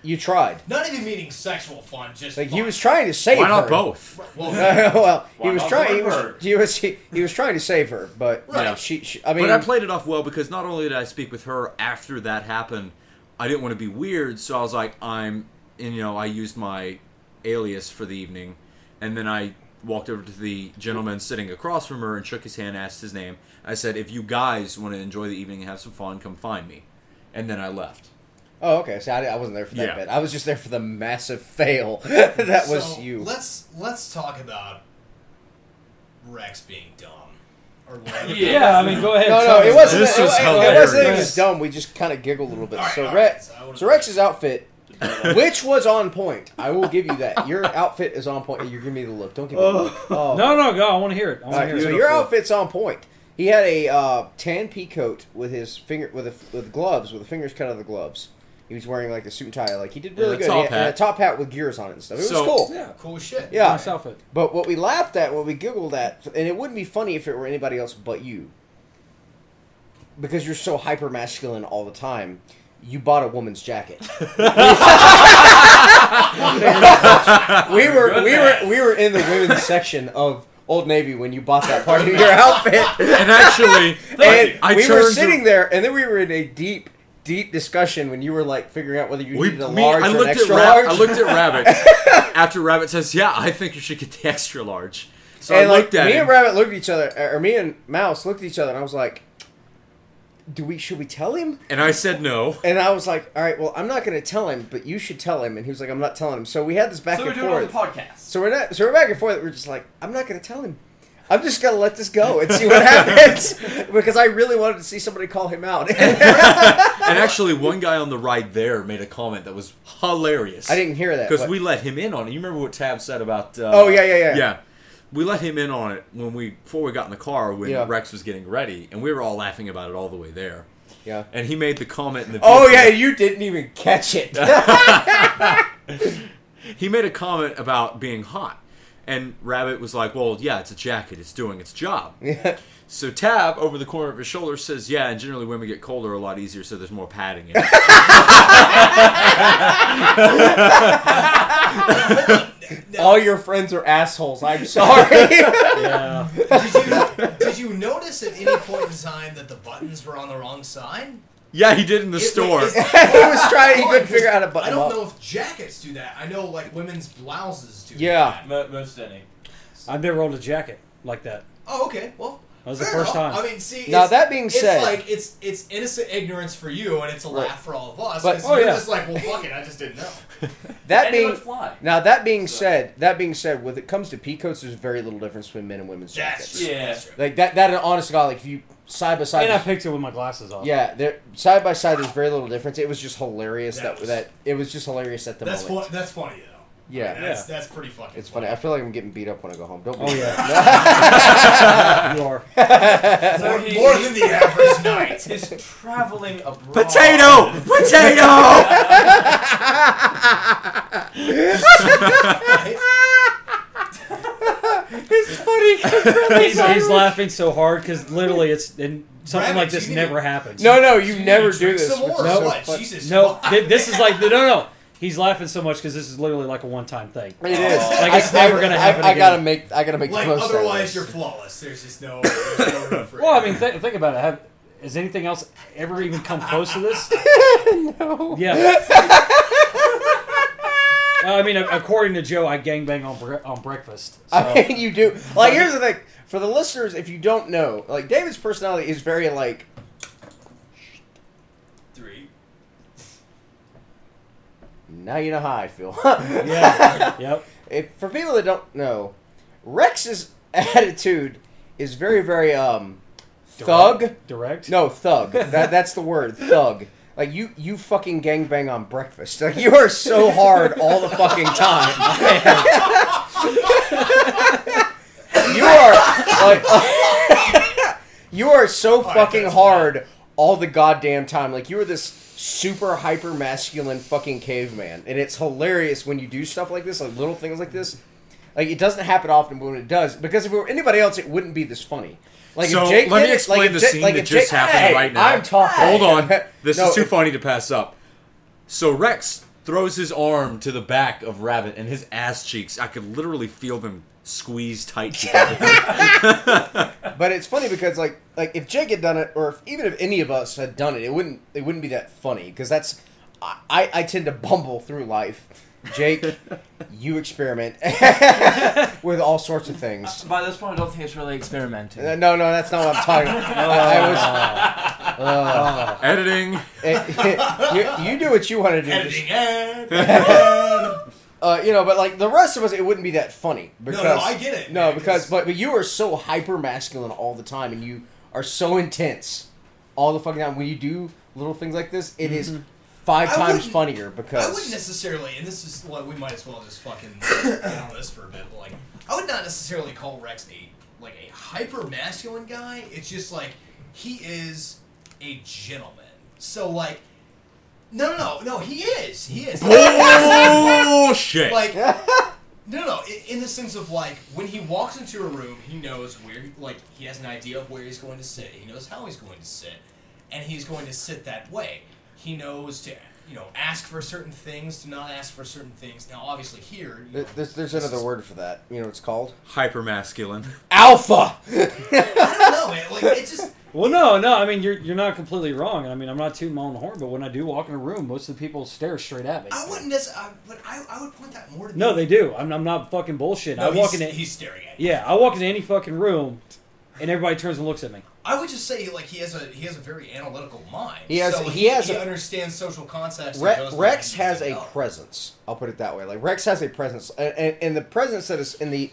E: you tried.
A: Not even meaning sexual fun, just
E: Like
A: fun.
E: he was trying to save.
D: Why not
E: her.
D: both?
A: Well,
E: well, he
B: Why
E: was
B: not
E: trying. He
B: both
E: was,
B: her?
E: he was he, he was trying to save her, but
A: Right.
E: yeah, she, she. I mean,
D: But I played it off well because not only did I speak with her after that happened, I didn't want to be weird, so I was like, I'm, and, you know, I used my alias for the evening, and then I walked over to the gentleman sitting across from her and shook his hand, asked his name. I said, if you guys want to enjoy the evening and have some fun, come find me. And then I left.
E: Oh, okay. So I, I wasn't there for that
D: Yeah.
E: bit. I was just there for the massive fail. that was
A: So,
E: you.
A: Let's let's talk about Rex being dumb or whatever.
C: Yeah, I mean, go ahead.
E: No,
C: tell
E: no,
C: us.
E: it wasn't.
D: This
E: it,
D: is
E: it- it wasn't. It
C: hilarious.
E: was dumb. We just kind of giggled a little bit.
A: All right,
E: so
A: all
E: Rex,
A: right, so I would've-
E: so Rex's outfit, which was on point. I will give you that. Your outfit is on point. You're giving me the look. Don't give me. The look. Oh.
C: No, no, go. I want to hear it. I want
E: All
C: to
E: right,
C: hear
E: so
C: it.
E: your outfit's on point. He had a uh, tan pea coat with his finger with a, with gloves with the fingers cut out of the gloves, He was wearing like a suit and tie. Like he did
D: Yeah,
E: really
D: a
E: good.
D: top
E: He had- and
D: hat.
E: a top hat with gears on it and stuff. It was
D: So-
E: cool.
C: Yeah.
A: Cool as shit.
E: Yeah.
C: Nice outfit.
E: But what we laughed at, what we giggled at, and it wouldn't be funny if it were anybody else but you. Because you're so hyper masculine all the time, you bought a woman's jacket. we were we were we were in the women's section of Old Navy when you bought that part of your outfit.
D: And actually,
E: And
D: I
E: we
D: turned
E: were
D: to-
E: sitting there and then we were in a deep deep discussion when you were like figuring out whether you
D: We,
E: needed a
D: me-
E: large
D: I
E: or an
D: looked at
E: extra
D: Ra-
E: large.
D: I looked at Rabbit after Rabbit says, "Yeah, I think you should get the extra large." So
E: and
D: I
E: like
D: looked at
E: me
D: him.
E: and Rabbit looked at each other, or me and Mouse looked at each other, and I was like, "Do we? Should we tell him?"
D: and I said no.
E: And I was like, "All right, well, I'm not going to tell him, but you should tell him." And he was like, "I'm not telling him." So we had this back
B: so we're
E: and
B: doing it on the
E: forth.
B: podcast.
E: So we're not. So we're back and forth. We're just like, "I'm not going to tell him. I'm just going to let this go and see what happens," because I really wanted to see somebody call him out.
D: And actually, one guy on the ride there made a comment that was hilarious.
E: I didn't hear that
D: because
E: but-
D: we let him in on it. You remember what Tab said about? Uh,
E: Oh, yeah, yeah, yeah.
D: yeah. We let him in on it when we before we got in the car when
E: Yeah.
D: Rex was getting ready, and we were all laughing about it all the way there.
E: yeah.
D: And he made the comment in the
E: Oh yeah,
D: vehicle-
E: you didn't even catch it.
D: he made a comment about being hot, and Rabbit was like, "Well, yeah, it's a jacket. It's doing its job." So Tab, over the corner of his shoulder, says, "Yeah, and generally women get colder a lot easier, so there's more padding in it."
E: All your friends are assholes. I'm sorry.
C: Yeah.
A: Did you, did you notice at any point in time that the buttons were on the wrong side?
D: yeah, he did in the
A: It-
D: store.
A: it's-
E: he was trying. He couldn't figure out how to
A: I
E: button
A: don't
E: up.
A: know if jackets do that. I know like women's blouses do.
E: Yeah.
A: That.
B: Mo- most any.
C: I've never owned a jacket like that.
A: Oh, okay. Well,
C: That was the
A: fair
C: first
A: enough.
C: time.
A: I mean, see.
E: Now,
A: it's-
E: that being
A: it's
E: said-
A: like it's it's innocent ignorance for you, and it's a
E: Right.
A: laugh for all of us.
E: But-
A: But
C: oh,
A: you're
C: yeah.
A: just like, well, fuck it, I just didn't know.
E: That
B: and it
E: being
B: would fly.
E: now that being
B: So-
E: said, that being said, when it comes to peacoats, there's very little difference between men and women's
A: That's
E: jackets.
A: true.
B: Yeah.
A: That's true.
E: Like that. That and honest to God, like if you side by side.
C: And I picked it with my glasses on.
E: yeah, there side by side. There's very little difference. It was just hilarious
A: That
E: that that,
A: was-
E: it was just hilarious at the
A: That's fun,
E: moment.
A: that's funny though.
E: Yeah.
A: That's, that's pretty fucking.
E: It's funny. I feel like I'm getting beat up when I go home. Don't. Be
C: Oh yeah. you are.
A: More,
B: So he-
A: more than the average night.
B: He's traveling abroad.
D: Potato! Potato!
E: It's funny.
C: He's, he's laughing so hard because literally it's and something
A: Rabbit,
C: like this
A: you need
C: never
A: to-
C: happens.
E: no, no, you never do
A: Drink
E: this.
A: Some
E: which
A: more.
E: is
A: or
E: so
A: what?
E: fun-
A: Jesus.
C: no.
A: fuck.
C: thi- this is like no, no. He's laughing so much because this is literally like a one-time thing.
E: It is.
C: Like, it's
E: I- I-
C: never gonna
E: I-
C: happen
E: I,
C: again.
E: gotta make. I gotta make
A: Like
E: the most. out of
A: otherwise,
E: this.
A: you're flawless. There's just no. There's no room for
C: Well, I
A: error.
C: mean, th- think about it. Have has anything else ever even come close to this? no. Yeah. Uh, I mean, a- according to Joe, I gangbang on bre- on breakfast. So.
E: I mean, you do. Like, here's the thing for the listeners, if you don't know, like David's personality is very like
B: Three.
E: now you know how I feel.
C: yeah. Yep.
E: if, for people that don't know, Rex's attitude is very, very um, thug.
C: Direct.
E: No, thug. That, that's the word, thug. Like you, you fucking gangbang on breakfast. Like you are so hard all the fucking time. you are like you are so
A: right,
E: fucking
A: that's
E: hard all the goddamn time. Like you are this super hyper masculine fucking caveman, and it's hilarious when you do stuff like this, like little things like this. Like it doesn't happen often, but when it does, because if it were anybody else, it wouldn't be this funny. Like
D: So,
E: if Jake
D: let
E: did
D: me
E: it-
D: explain
E: like, if
D: the
E: Jake-
D: scene
E: like,
D: that
E: if
D: just
E: Jake-
D: happened
E: Hey,
D: right now.
E: I'm talking.
D: Hold on. This
E: No,
D: is too
E: it-
D: funny to pass up. So Rex throws his arm to the back of Rabbit and his ass cheeks. I could literally feel them squeeze tight together.
E: But it's funny because like like if Jake had done it, or if, even if any of us had done it, it wouldn't it wouldn't be that funny because that's I, I I tend to bumble through life. Jake, you experiment with all sorts of things.
B: By this point, I don't think it's really experimenting.
E: Uh, No, no, that's not what I'm talking. I,
D: Editing.
E: I was you, you do what you want to do. Just-
A: editing. and- and-
E: Uh, you know, but like the rest of us, it wouldn't be that funny. Because,
A: I get it,
E: No,
A: man,
E: because
A: 'cause-
E: but but you are so hyper masculine all the time, and you are so intense all the fucking time. When you do little things like this, it is five
A: Mm-hmm. I
E: times
A: wouldn't-
E: funnier
A: I wouldn't
E: because
A: necessarily, and this is well, we might as well just fucking get on this for a bit. But like, I would not necessarily call Rex a like a hyper masculine guy. It's just like he is a gentleman. So like, No, no, no, no. He is. He is.
D: Bullshit.
A: like no, no. i- In the sense of like when he walks into a room, he knows where. Like he has an idea of where he's going to sit. He knows how he's going to sit, and he's going to sit that way. He knows to you know ask for certain things, to not ask for certain things. Now, obviously, here you
E: There-
A: know,
E: There's, there's
A: this
E: another
A: is-
E: word for that. You know what it's called?
D: Hyper masculine.
E: Alpha!
A: I don't know, man. Like it's just.
C: Well, no, no. I mean, you're you're not completely wrong. And I mean, I'm not tooting my own horn, but when I do walk in a room, most of the people stare straight at me.
A: I wouldn't necessarily, but I, I would point that more to
C: No,
A: the-
C: they do. I'm, I'm not fucking bullshit.
A: No,
C: I walk
A: he's,
C: in.
A: he's staring at you.
C: Yeah, I walk into any fucking room, and everybody turns and looks at me.
A: I would just say like he has a he has a very analytical mind.
E: He has-
A: so
E: he
A: he,
E: has
A: he
E: a-
A: understands social concepts. and
E: Re-
A: goes with
E: Rex
A: it.
E: has a
A: No.
E: presence. I'll put it that way. Like Rex has a presence, and, and, and the presence that is in the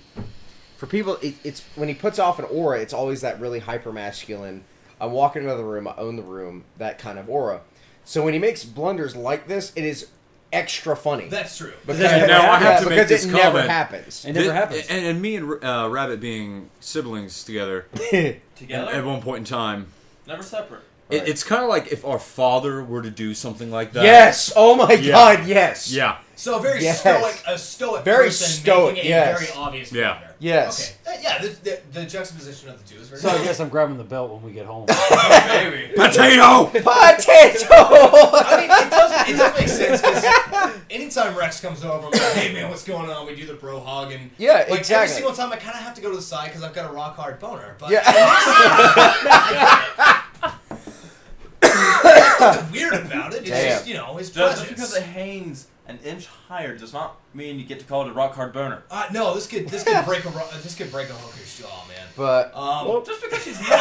E: for people, it, it's when he puts off an aura. It's always that really hyper masculine. I'm walking into the room. I own the room. That kind of aura. So when he makes blunders like this, it is extra funny.
A: That's true.
E: because,
C: Does that
D: now I have
E: because
D: to make
E: it
D: this
E: never
D: comment.
E: happens.
C: It never
D: Thi-
C: happens.
D: And, and me and uh, Rabbit being siblings together
B: Together,
D: at one point in time,
B: never separate.
E: Right.
D: it, it's kind of like if our father were to do something like that.
E: yes. Oh my
D: Yeah.
E: God. Yes.
D: Yeah.
A: So a very
E: Yes.
A: stoic, a stoic,
E: Very
A: person
E: stoic,
A: making a
E: yes.
A: very obvious
D: Yeah.
A: blunder.
E: Yes.
A: Okay. Uh, yeah. The, the, the juxtaposition of the two is very.
C: So I guess I'm grabbing the belt when we get home.
B: Baby.
D: Potato.
E: Potato.
A: I mean, it does, it does make sense because anytime Rex comes over, I'm like, hey man, what's going on? We do the bro hug and
E: Yeah,
A: like,
E: exactly.
A: Every single time, I kind of have to go to the side because I've got a rock hard boner. But
E: yeah.
A: nothing weird about it. It's
E: Damn.
A: just you know his
B: Just,
A: presence.
B: just because it hangs an inch higher does not mean you get to call it a rock hard boner.
A: Uh, no, this could this could break a ro- uh, this could break a hooker's jaw, man.
E: but
D: Uh,
A: Um,
B: Just because she's 90,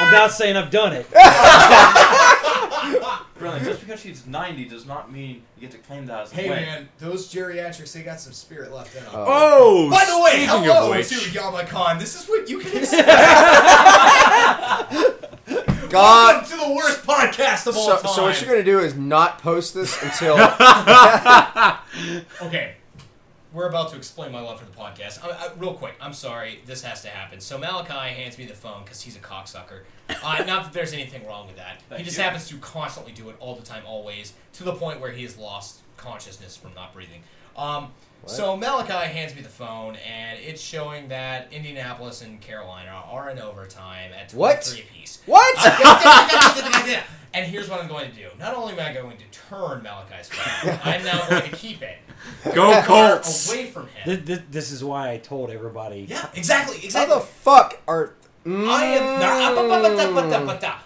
C: I'm not saying I've done it.
B: brilliant. Just because she's 90 does not mean you get to claim that as a
A: hey,
B: win.
A: man, those geriatrics they got some spirit left in them.
E: Oh.
D: Oh.
A: By the way,
D: speaking
A: hello
D: of
A: to
D: which,
A: YamaCon. This is what you can expect.
E: God.
A: Welcome to the worst podcast of all
E: Uh, So,
A: time.
E: so what you're gonna do is not post this until
A: okay, we're about to explain my love for the podcast. I, I, real quick, I'm sorry, this has to happen. So Malachi hands me the phone because he's a cocksucker. Uh, not that there's anything wrong with that. he
B: Thank
A: just
B: you.
A: happens to constantly do it all the time, always, to the point where he has lost consciousness from not breathing. Um, so Malachi hands me the phone, and it's showing that Indianapolis and Carolina are in overtime at 23
E: What?
A: apiece.
E: what?
A: And here's what I'm going to do. Not only am I going to turn Malachi's phone, I'm now going to keep it
D: go
A: far
D: Colts.
A: away from him.
C: This, this, this is why I told everybody.
A: Yeah, exactly,
E: How
A: exactly.
E: the fuck are
A: I am Ah, not.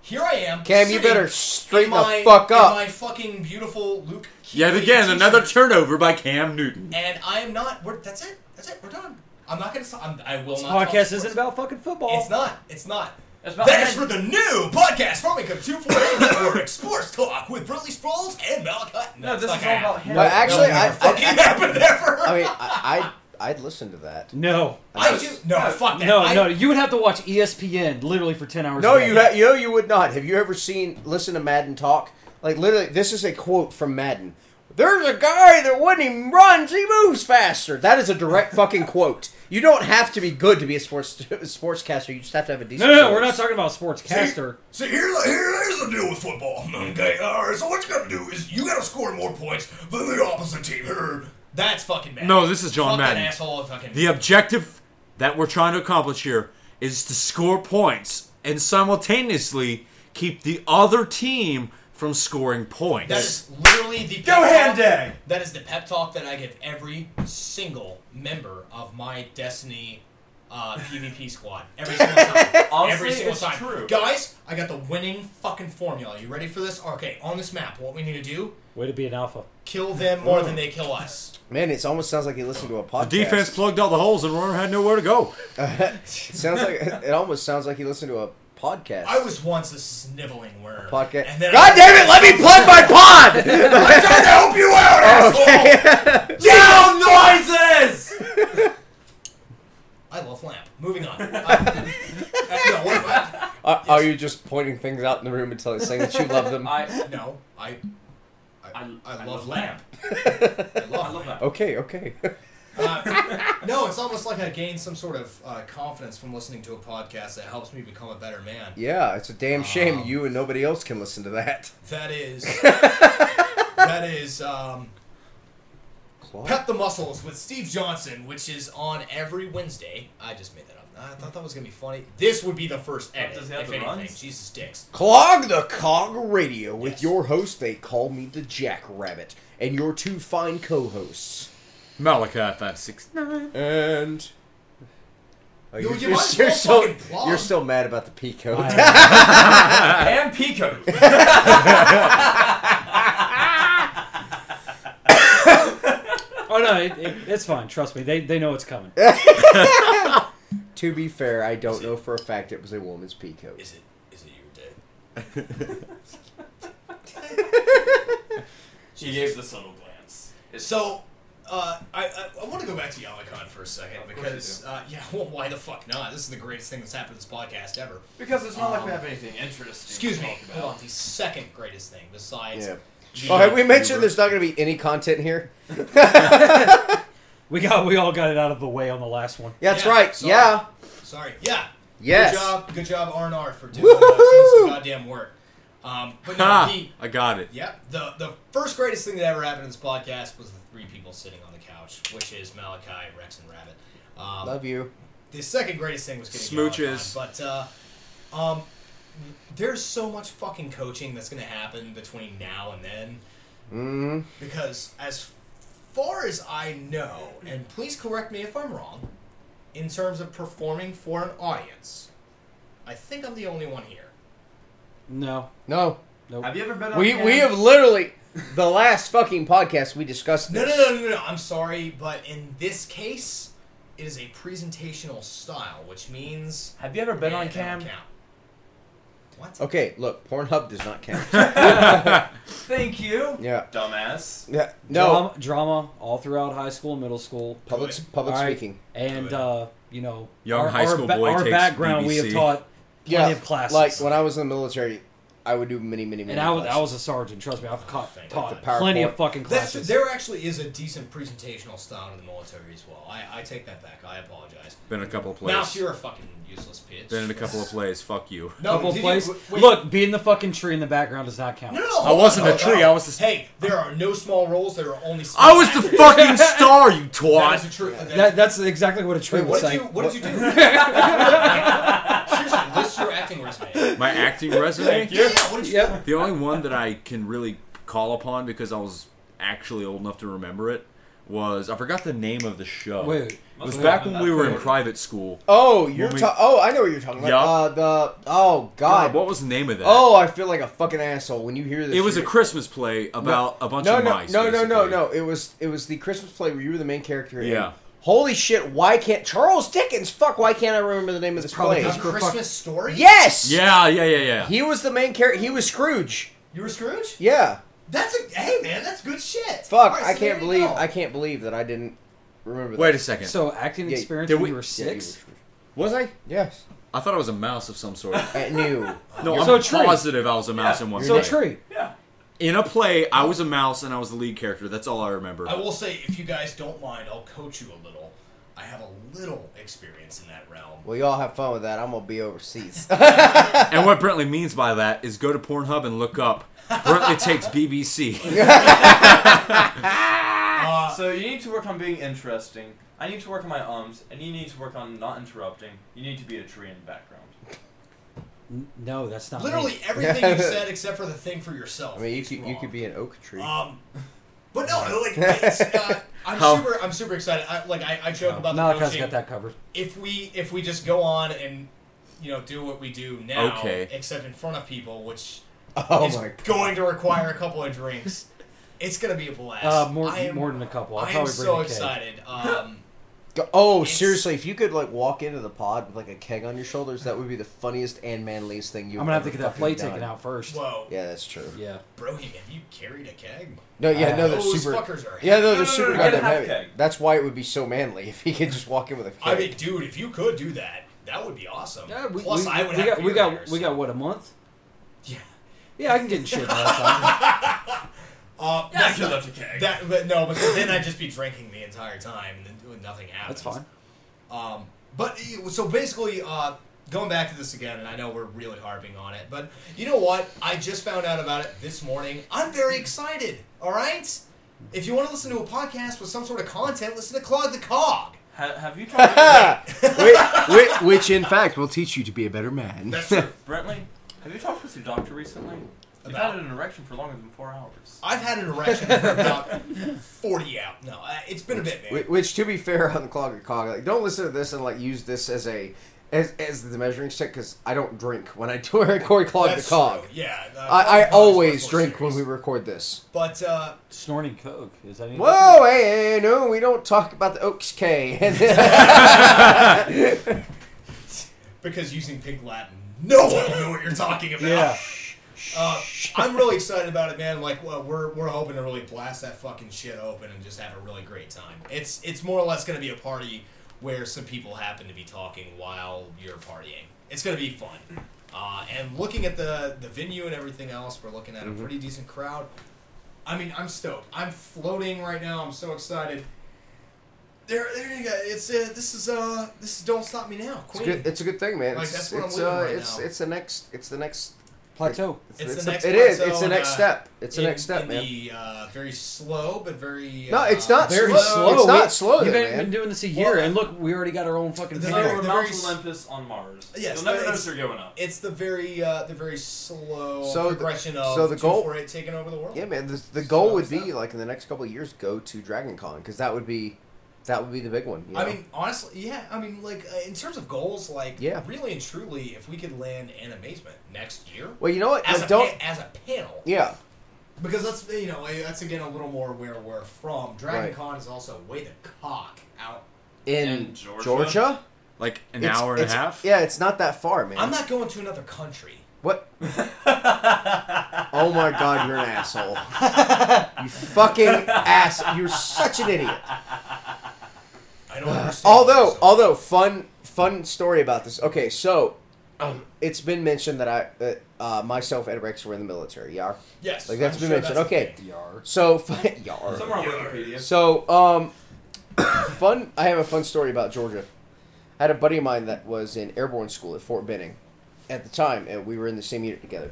A: Here I am.
E: Cam? You
A: sitting
E: better
A: in
E: straighten
A: my-
E: the fuck
A: In my
E: up.
A: fucking beautiful Luke.
D: Yet
A: Keeley
D: again,
A: t-shirt.
D: another turnover by Cam Newton.
A: And I am not. We're, that's it. That's it. We're done. I'm not gonna. I'm, I will
C: This
A: not. talk
C: podcast
A: sports.
C: isn't about fucking football.
A: It's not. It's not.
B: It's about
A: That is
B: men.
A: for the new podcast forming up 248 Network Sports Talk with Bradley Sproles and Malachi.
B: No, this
A: it's
B: is
A: not gonna
B: all about
A: happen.
B: him.
E: No, actually,
A: It'll
E: I,
A: never fucking
E: I,
A: happen ever.
E: I, I mean, I, I, I'd listen to that.
C: no,
A: I do. No, fuck that.
C: no,
A: I,
C: no. You would have to watch E ESPN literally for ten hours.
E: No,
C: a day.
E: you, ha- you, know, you would not. Have you ever seen listen to Madden talk? Like literally, this is a quote from Madden. There's a guy that when he runs, he moves faster. That is a direct fucking quote. You don't have to be good to be a sports sportscaster. You just have to have a
C: No,
E: decent.
C: no, no. We're not
E: voice.
C: talking about sportscaster.
A: See, here, here, here's the deal with football. Okay, all right. So what you gotta do is you gotta score more points than the opposite team. Err. That's fucking Madden.
D: No, this is John
A: fuck that
D: Madden.
A: asshole of fucking.
D: The objective that we're trying to accomplish here is to score points and simultaneously keep the other team from scoring points.
A: that is literally the.
B: Go hand day!
A: That is the pep talk that I give every single member of my Destiny uh, PvP squad. Every single time.
B: Honestly,
A: every single
B: it's
A: time.
B: true.
A: Guys, I got the winning fucking formula. You ready for this? Okay, on this map, what we need to do:
C: Way to be an alpha.
A: kill them more than they kill us.
E: Man, it almost sounds like you listen to a podcast.
D: Defense plugged all the holes and Werner had nowhere to go.
E: It sounds like it almost sounds like you listen to a podcast.
A: I was once a sniveling worm.
E: podcast.
A: And then
E: God
A: I-
E: damn it! Let me plug my pod.
A: I'm trying to help you out, asshole!
B: Down noises!
A: I love lamp. Moving on. Uh, no, what am I?
E: Are, are you just pointing things out in the room and telling saying that you love them?
B: I,
A: No, I. I, I,
B: I
A: love
B: love
A: lamp. I
B: I
A: love
B: love
A: lamp.
B: that.
E: okay, okay.
A: Uh, No, it's almost like I gained some sort of uh, confidence from listening to a podcast that helps me become a better man.
E: Yeah, it's a damn shame
A: Um,
E: you and nobody else can listen to that.
A: That is. that is. Um, Pep the Muscles with Steve Johnson, which is on every Wednesday. I just made that up. I thought that was gonna be funny. This would be the first edit, if
B: Does he have the
A: anything.
B: runs?
A: Jesus dicks.
E: Clog the Cog Radio with
A: Yes.
E: your host, they call me the Jackrabbit, and your two fine co hosts.
D: Malachi five six nine.
E: And. Oh,
A: Yo,
E: you're,
A: you
E: you're-
A: might as
E: you're
A: well
E: so,
A: fucking plug.
E: you're still mad about the P code.
B: and Pico.
C: Oh no, it, it, it's fine. Trust me, they they know it's coming.
E: to be fair, I don't know for a fact it was a woman's P code.
A: Is it? Is it your day?
B: She gave the subtle glance. It's
A: So, uh, I, I, I want to go back to Yamakon for a second
B: Of course you
A: because, uh, yeah, well, why the fuck not? This is the greatest thing that's happened to this podcast ever.
B: because it's not like we
A: Um,
B: have anything interesting.
A: Excuse
B: to
A: me.
B: talk
A: Hold on,
B: about.
A: the second greatest thing besides.
E: Yeah.
A: G-
E: Oh, have we
D: Uber.
E: mentioned there's not going to be any content here?
C: We got we all got it out of the way on the last one.
E: Yeah, that's
A: Yeah,
E: right.
A: sorry.
E: Yeah.
A: Sorry. Yeah.
E: Yes.
A: Good job. Good job, R and R, for doing uh, doing some goddamn work. Um, but no,
D: Ha!
A: he.
D: Ah, I got it.
A: Yeah, the the first greatest thing that ever happened in this podcast was the three people sitting on the couch, which is Malachi, Rex, and Rabbit. Um,
E: Love you.
A: the second greatest thing was getting
D: Smooches.
A: Malachi, but uh, um, there's so much fucking coaching that's going to happen between now and then
E: Mm,
A: because as far as I know, and please correct me if I'm wrong, in terms of performing for an audience, I think I'm the only one here.
C: No,
E: no.
C: no.
B: Have you ever been? on
E: We,
B: hand?
E: we have literally. The last fucking podcast we discussed
A: No,
E: this.
A: no, no, no, no. I'm sorry, but in this case, it is a presentational style, which means
B: Have you ever been
A: Yeah,
B: on
A: that don't
B: cam?
A: count. What?
E: Okay, look, Pornhub does not count.
B: Thank you.
E: yeah.
B: Dumbass.
E: Yeah. No.
C: drama, drama all throughout high school, middle school,
E: Public
A: Do it.
E: public
C: All right,
E: speaking.
C: And
A: Do it.
C: uh, you know,
D: Young
C: our,
D: high
C: our
D: school
C: ba-
D: boy
C: our
D: takes
C: background we have
D: BBC.
C: taught plenty
E: Yeah.
C: of classes.
E: Like when I was in the military, I would do many, many, many.
C: and I was, I
E: classes.
C: was a sergeant. Trust me, I've caught,
A: Thank
C: taught
E: God.
C: plenty of
E: PowerPoint.
C: fucking
A: That's,
C: classes.
A: there actually is a decent presentational style in the military as well. I, I take that back. I apologize.
D: Been in a couple of plays.
A: Mouse, you're a fucking useless bitch.
D: Been in a couple of plays. Fuck you.
A: No,
C: Couple
A: did you-
C: place.
A: wait.
C: Look, being the fucking tree in the background does not count.
A: No, no, no,
D: I
A: hold
D: wasn't
A: on,
D: a
A: hold on.
D: tree, I was the-
A: Hey, there are no small roles. There are only. Small
D: I was the fucking star, you
A: That is a
D: twat.
A: true. that-
C: That, that's exactly what a tree
E: Wait,
C: would
A: what did
C: say.
A: you? What did you do? Seriously, list your acting resume.
D: My acting resume.
A: Yeah, yeah, what did you
C: Yep.
D: The only one that I can really call upon because I was actually old enough to remember it was I forgot the name of the show.
C: Wait,
D: it was
B: Must've
D: back
B: been
D: when
B: that
D: we were in
B: period.
D: private school.
E: Oh, you're
D: When we-
E: ta- Oh, I know what you're talking
D: Yeah.
E: about. Uh, the oh god.
D: God, what was the name of that?
E: oh, I feel like a fucking asshole when you hear this.
D: it was a
E: you're-
D: Christmas play about a bunch
E: no,
D: of
E: no,
D: mice.
E: No, no, no,
D: basically.
E: no. It was it was the Christmas play where you were the main character. and-
D: Yeah.
E: holy shit! Why can't Charles Dickens? Fuck! Why can't I remember the name of this
C: probably
E: play?
A: do? A
C: That's for
A: Christmas
C: fuck-
A: story?
E: Yes.
D: Yeah, yeah, yeah, yeah.
E: He was the main character. He was Scrooge.
A: You were Scrooge?
E: Yeah.
A: That's a hey man, that's good shit.
E: Fuck!
A: All right,
E: I
A: so
E: can't
A: there you
E: believe
A: go.
E: I can't believe that I didn't remember.
D: Wait
E: that.
D: a second.
C: So acting
E: Yeah,
C: experience
D: did
C: when
D: we-
C: you were
E: Yeah, you were
C: six.
E: Scrooge.
D: was I?
E: Yes.
D: I thought I was a mouse of some sort.
E: At new.
D: No,
C: So
D: I'm
C: a tree.
D: positive I was a mouse in one play.
C: so a tree.
B: Yeah.
D: In a play, I was a mouse and I was the lead character. That's all I remember.
A: I will say, if you guys don't mind, I'll coach you a little. I have a little experience in that realm.
E: Well, y'all have fun with that. I'm gonna be overseas.
D: And what Brentley means by that is go to Pornhub and look up Brentley takes BBC.
A: Uh,
B: So you need to work on being interesting. I need to work on my ums, and you need to work on not interrupting. You need to be a tree in the background.
C: N- No, that's not me.
A: Uh, literally everything you said except for the thing for yourself.
E: I mean, you
A: is
E: could you
A: wrong.
E: could be an oak tree.
C: Uh,
A: Um, but no, like it's, uh, I'm
D: How-
A: super, I'm super excited. I, like I, I joke about the
C: Malachi's
A: coaching.
C: got that covered.
A: If we, if we just go on and you know do what we do now,
D: Okay.
A: except in front of people, which
E: oh
A: is
E: my god.
A: going to require a couple of drinks. It's gonna be a blast.
C: Uh, more,
A: I am,
C: more than a couple. I'll
A: I am
C: probably bring
A: so
C: a keg.
A: excited. Um,
E: Go- Oh,
A: It's-
E: seriously, if you could like walk into the pod with like a keg on your shoulders, that would be the funniest and manliest thing you.
C: I'm gonna have to
E: ever
C: get that plate
E: fucking
C: taken
E: done.
C: out first.
A: whoa,
E: Yeah, that's true.
C: Yeah.
A: Brody, have you carried a keg?
E: No, yeah,
C: Uh,
E: no, they're
A: Those
E: super.
A: fuckers are.
E: Yeah, no, they're
B: no, no,
E: super
B: no, get a
E: goddamn
B: half
E: heavy.
B: keg.
E: That's why it would be so manly if he could just walk in with a keg.
A: I mean, dude, if you could do that, that would be awesome.
C: we,
A: Plus,
C: we-
A: I would
C: we
A: have
C: got, we
A: beer
C: got
A: there,
C: we
A: so-
C: got what a month.
A: Yeah.
C: Yeah, I can get in shit by that time.
A: Uh,
B: Yeah, I
A: that's
B: could
A: not-
B: lift a keg.
A: That, but no, because then I'd just be drinking the entire time, and then, when nothing
C: That's
A: happens.
C: fine.
A: Um, but uh, so basically, uh, going back to this again, and I know we're really harping on it, but you know what? I just found out about it this morning. I'm very excited. All right. If you want to listen to a podcast with some sort of content, listen to Clog the Cog.
B: Ha- have you talked to
E: which, which, in fact, will teach you to be a better man.
A: That's true.
B: Brentley? Have you talked with your doctor recently? You've
A: About-
B: had an erection for longer than four hours.
A: I've had an erection for about 40 out. No, uh, it's been a bit, man.
E: Which, which, to be fair, on the clog and cog, like don't listen to this and like use this as a as, as the measuring stick because I don't drink when I do record clog
A: That's
E: the cog.
A: true. Yeah. uh, Clog
E: I,
A: the Cog
E: I
A: is much
E: always
A: more
E: drink when we
A: serious.
E: record this.
A: But uh,
C: Snorting coke. Is that anything?
E: Whoa, hey, hey, hey, no, we don't talk about the Oaks K.
A: because using pig Latin, no one will know what you're talking about.
C: Yeah.
A: Uh, I'm really excited about it, man. Like, well, we're we're hoping to really blast that fucking shit open and just have a really great time. It's it's more or less going to be a party where some people happen to be talking while you're partying. It's going to be fun. Uh, and looking at the the venue and everything else, we're looking
E: Mm-hmm.
A: at a pretty decent crowd. I mean, I'm stoked. I'm floating right now. I'm so excited. There, there you go. It's uh, this is uh this is don't stop me now.
E: It's,
A: Queen.
E: good, it's a good thing, man.
A: Like,
E: it's,
A: that's what I'm
E: it's,
A: living
E: uh,
A: right
E: it's,
A: now.
E: it's the next. It's the next.
C: Plateau.
A: It's the
E: the-
A: next
E: It is.
A: plateau
E: It's the
A: and,
E: next
A: uh,
E: step. It's the
A: in-
E: next step,
A: in
E: man.
A: The, uh, very slow, but very.
E: No,
A: uh,
E: it's not
C: Very slow.
E: It's
C: We-
E: not slow, though,
C: You've been,
E: man.
C: been doing this a year,
A: Well,
C: and look, we already got our own fucking
A: the
B: It's
C: thing.
B: like
A: very-
B: we're
A: the
B: Mount
A: very s-
B: Olympus on Mars.
A: Yes,
B: You'll never
A: the-
B: notice
A: it's-
B: you're going up.
A: It's the very, uh, the very slow
E: So the-
A: progression of
E: so the goal-
A: 248 taking over the world.
E: Yeah, man. The, the
A: So
E: goal would
A: it's
E: be
A: not-
E: like in the next couple of years, go to Dragon Con because that would be, that would be the big one. you
A: I
E: know?
A: mean, honestly, yeah. I mean, like uh, in terms of goals, like
E: Yeah.
A: really and truly, if we could land an amazement next year
E: well, you know what?
A: as
E: Like,
A: a pa-
E: don't.
A: as a panel,
E: Yeah,
A: because that's you know eh, that's again a little more where we're from. Dragon
E: Right.
A: Con is also way the cock out.
E: in,
B: In Georgia?
E: Georgia,
D: Like an
E: It's-
D: hour and a
E: it's-
D: half.
E: Yeah, it's not that far, man.
A: I'm not going to another country.
E: What? oh my god, you're an asshole. You fucking ass. You're such an idiot.
A: I don't understand.
E: Uh, Although,
A: So-
E: although, fun, fun story about this. Okay, so um, it's been mentioned that I, that, uh, myself and Rex were in the military. Yeah,
A: yes,
E: like that's
A: I'm
E: been
A: sure
E: mentioned.
A: that's the
E: okay,
A: thing.
C: Yar.
E: so fun, yar.
B: Somewhere on
A: Yeah.
B: Wikipedia.
E: So, um, fun. I have a fun story about Georgia. I had a buddy of mine that was in airborne school at Fort Benning at the time, and we were in the same unit together.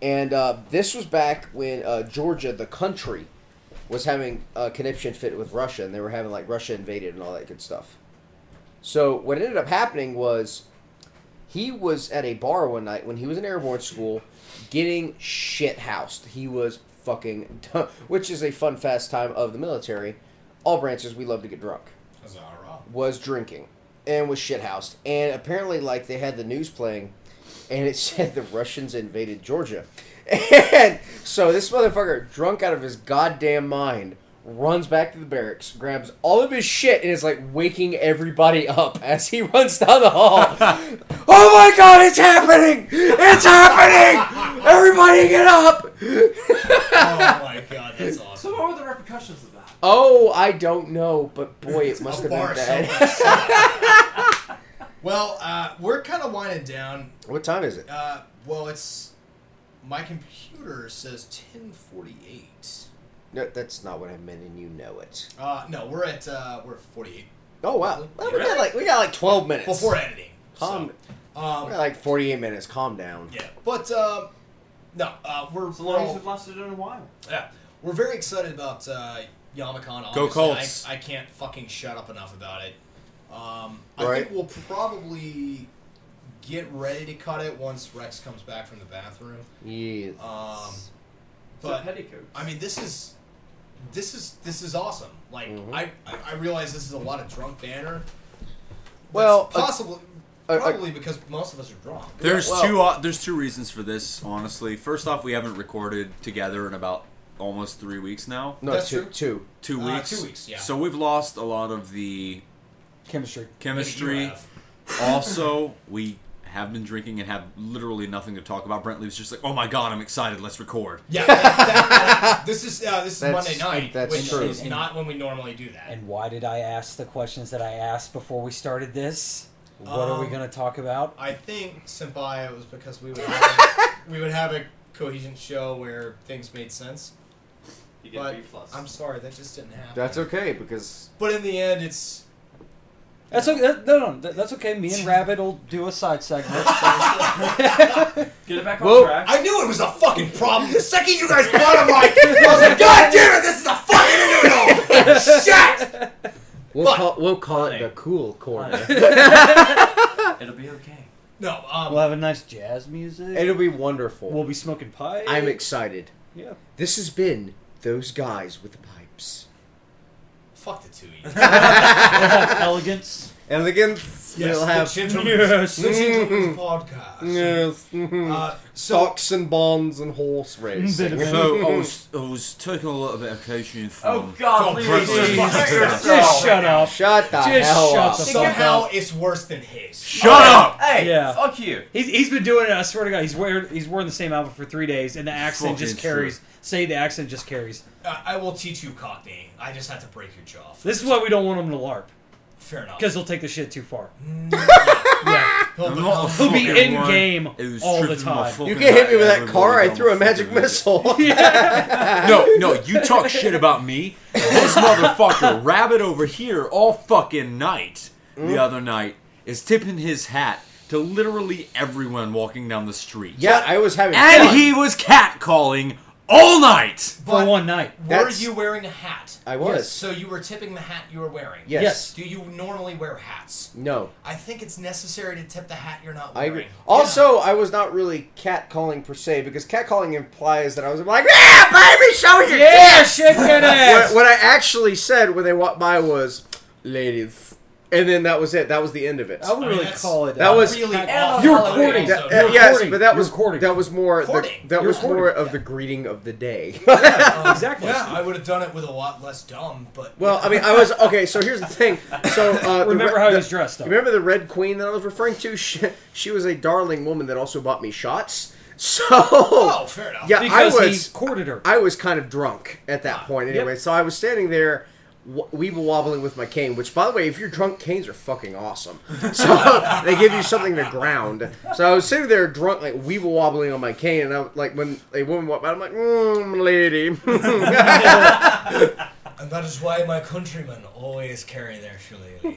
E: And uh, this was back when uh, Georgia, the country, was having a conniption fit with Russia, and they were having like Russia invaded and all that good stuff. So what ended up happening was he was at a bar one night when he was in airborne school getting shit housed. He was fucking done, which is a fun fast time of the military. All branches, we love to get drunk.
A: That's all right.
E: Was drinking and was shit housed. And apparently, like, they had the news playing and it said the Russians invaded Georgia. And so this motherfucker, drunk out of his goddamn mind, runs back to the barracks, grabs all of his shit, and is like waking everybody up as he runs down the hall. oh my god, it's happening! It's happening! Everybody get up!
A: oh my god, that's
B: So
A: awesome.
B: what were the repercussions of that?
E: Oh, I don't know, but boy, it must
A: A
E: have
A: bar
E: been bad.
A: so much. well, uh, we're kind of winding down.
E: What time is it?
A: Uh, well, it's my computer says 10:48.
E: No, that's not what I meant, and you know it.
A: Uh, no, we're at uh, we're at 48
E: Oh wow, Well, we got
B: Really?
E: like we got like twelve minutes
A: before editing. so,
E: Calm, we got
A: um,
E: like forty-eight minutes. Calm down.
A: yeah, but um, no, uh, we're
B: So
A: we're
B: long as
A: all-
B: you've lasted in a while.
A: Yeah, we're very excited about uh, Yamacon.
D: Go
A: obviously.
D: Colts.
A: I, I can't fucking shut up enough about it. Um, I
E: Right.
A: think we'll probably get ready to cut it once Rex comes back from the bathroom.
E: Yes.
A: Um,
B: So
A: but
B: petticoats.
A: I mean, this is this is this is awesome. Like
E: Mhm.
A: I, I I realize this is a lot of drunk banner.
E: Well,
A: That's
E: uh,
A: possibly
E: uh, uh,
A: probably because most of us are drunk.
D: There's
E: Well-
D: two. o there's two reasons for this. Honestly, first off, we haven't recorded together in about almost three weeks now.
E: no,
A: that's
E: two,
A: true.
E: two.
D: Two
A: Uh,
D: weeks.
A: two weeks, yeah.
D: So we've lost a lot of the
C: Chemistry.
D: chemistry. also, we have been drinking and have literally nothing to talk about. Brent leaves just like, oh my god, I'm excited. Let's record.
A: Yeah, that, that- this is uh, this is
E: That's-
A: Monday night,
E: that's
A: which
E: true.
A: is not when we normally do that.
C: And why did I ask the questions that I asked before we started this? What are we
A: Um,
C: going to talk about?
A: I think Senpai it was because we would have a, we would have a cohesion show where things made sense.
B: You get
A: But
B: B plus.
A: I'm sorry, that just didn't happen.
E: That's okay because
A: But in the end, it's
C: That's okay. That, no, no, that- that's okay. Me and Rabbit will do a side segment.
B: get it back on
E: Well,
B: track.
A: I knew it was a fucking problem. The second you guys brought him, like, I was like, God damn it, this is a fucking interlude! Shit!
E: we'll
A: But-
E: call, we'll call it
B: Honey.
E: the cool corner.
B: It'll be okay.
A: No, um,
C: We'll have a nice jazz music.
E: It'll be wonderful.
C: we'll be smoking pipe.
E: I'm excited.
C: yeah.
E: This has been those guys with the pipes.
A: fuck the two of you.
C: We'll have elegance.
E: And again,
A: Yes,
E: we'll
A: the
E: have
A: gentleman's,
C: Yes.
A: the gentleman's
E: Mm.
A: podcast.
E: yes, mhm.
A: Uh, so,
E: socks and bonds and horse racing.
C: Bit of-
D: So I was, I was taking a lot of vacation from.
B: Oh God,
A: Oh,
B: please,
A: Bruce,
B: please,
A: Jesus.
B: fuck yourself.
C: Just shut up.
E: Shut the
C: Just
E: hell
C: shut
E: up.
C: the fuck
A: somehow it's worse than his.
B: Oh.
D: Shut up!
B: Hey,
C: Yeah.
B: fuck you.
C: He's, he's been doing it. I swear to God, he's wearing he's wearing the same outfit for three days, and the accent just
D: Fucking
C: carries. Say the accent just carries.
A: Uh, I will teach you Cockney. I just have to break your jaw.
C: This is why we don't want him to LARP
A: Fair enough.
C: because he'll take the shit too far.
A: He'll
D: I'm
A: become-
D: not a
C: He'll be
D: fucking
C: in
D: one.
C: game
D: It was
C: all the
D: tripping my
C: time.
D: fucking
E: You can't hit me with that
D: back.
E: car. I
D: Everybody
E: threw a
D: on my
E: magic
D: fucking video.
E: missile.
D: No, no, you talk shit about me. This motherfucker, Rabbit over here, all fucking night, the other night, is tipping his hat to literally everyone walking down the street.
E: yeah, I was having
D: And
E: fun.
D: he was catcalling all night.
C: For
A: But
C: one night.
A: Were
E: That's-
A: you wearing a hat?
E: I was.
A: So you were tipping the hat you were wearing.
E: Yes.
C: Yes.
A: Do you normally wear hats?
E: No.
A: I think it's necessary to tip the hat you're not
E: I
A: wearing.
E: agree. Also, I was not really catcalling per se because catcalling implies that I was like, "Yeah, baby, show your
C: Yeah,
E: tits."
C: shit, good ass.
E: What, what I actually said when they walked by was, "Ladies," and then that was it. That was the end of it.
C: I would
A: mean,
C: really
A: that's-
C: call it.
E: that
C: uh,
E: was-
A: really
B: And
A: awful.
B: you're
A: Halloween
C: recording.
A: episode.
C: That-
E: Uh,
C: You're
E: yes,
C: recording.
E: but that
C: You're
E: was
C: recording.
E: that was more the,
A: Recording.
E: that
C: You're
E: was more
C: recording.
E: of the greeting of the day.
C: exactly.
A: Yeah, I would have done it with a lot less dumb, but
E: well, I mean, I was okay. So here's the thing. So uh, the
C: Remember
E: re-
C: how he
E: the-
C: was dressed, though.
E: Remember the Red Queen that I was referring to? She, she was a darling woman that also bought me shots. So
A: oh, fair enough.
E: yeah,
C: because
E: I was
C: he courted her.
E: I was kind of drunk at that point anyway, so I was standing there w- weeble wobbling with my cane, which, by the way, if you're drunk, canes are fucking awesome. So they give you something to ground. So I was sitting there drunk, like weeble wobbling on my cane, and I was- like when a woman walked by, I'm like, mm, lady.
A: And that is why my countrymen always carry their shillelagh.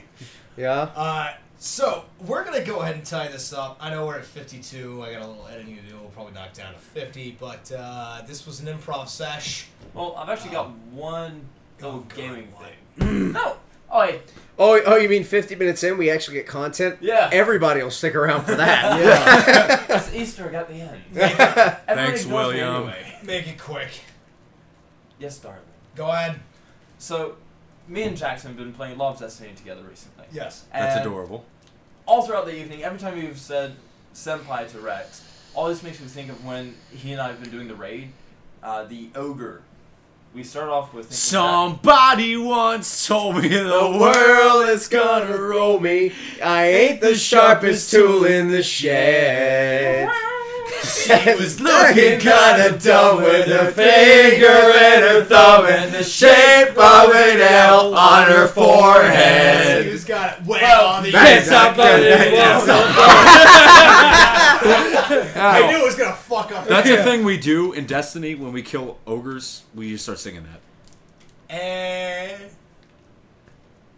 E: yeah.
A: Uh, so we're gonna go ahead and tie this up. I know we're at 52. I got a little editing to do. We'll probably knock down to 50. But uh, this was an improv sesh. Oh,
B: Well, I've actually got one little
A: God,
B: gaming
A: why?
B: thing. Oh, no. Oh, wait.
E: Oh, oh, you mean 50 minutes in, we actually get content?
B: Yeah.
E: Everybody will stick around for that.
B: It's Easter egg at the end. Everybody knows
D: Thanks,
B: me
D: William.
B: Anyway.
A: Make it quick.
B: Yes, darling.
A: Go ahead.
B: So, me and Jackson have been playing a lot of Destiny together recently.
A: Yes.
D: That's
B: And
D: adorable.
B: All throughout the evening, every time you've said senpai to Rex, all this makes me think of when he and I have been doing the raid, uh, the ogre. We start off with thinking
D: Somebody once told me the world is gonna roll me.
E: I
D: ain't the sharpest tool in
E: the shed.
D: She was looking kinda dumb with her finger and her thumb in the shape of an L on her forehead.
A: Who's got it? Well, on the
E: that-
A: end.
E: Stop that-
D: that's
A: I knew it was gonna fuck up.
D: That's a thing we do in Destiny when we kill ogres. We start singing that.
A: And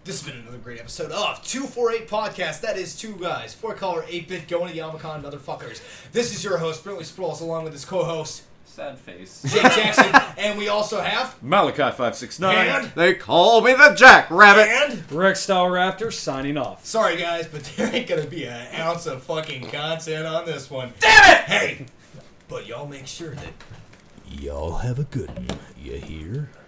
A: this has been another great episode of 248 Podcast. That is two guys, four color, 8 bit, going to Yamacon, motherfuckers. This is your host, Brintley Sprawls, along with his co host,
B: Sad face.
A: Jake Jackson. and we also have.
D: Malachi five six
A: And.
D: nine.
E: They call me the Jackrabbit.
A: And.
C: Rex Style Raptor signing off.
A: Sorry, guys, but there ain't gonna be an ounce of fucking content on this one. Damn it! Hey! But y'all make sure that. Y'all have a good one. You hear?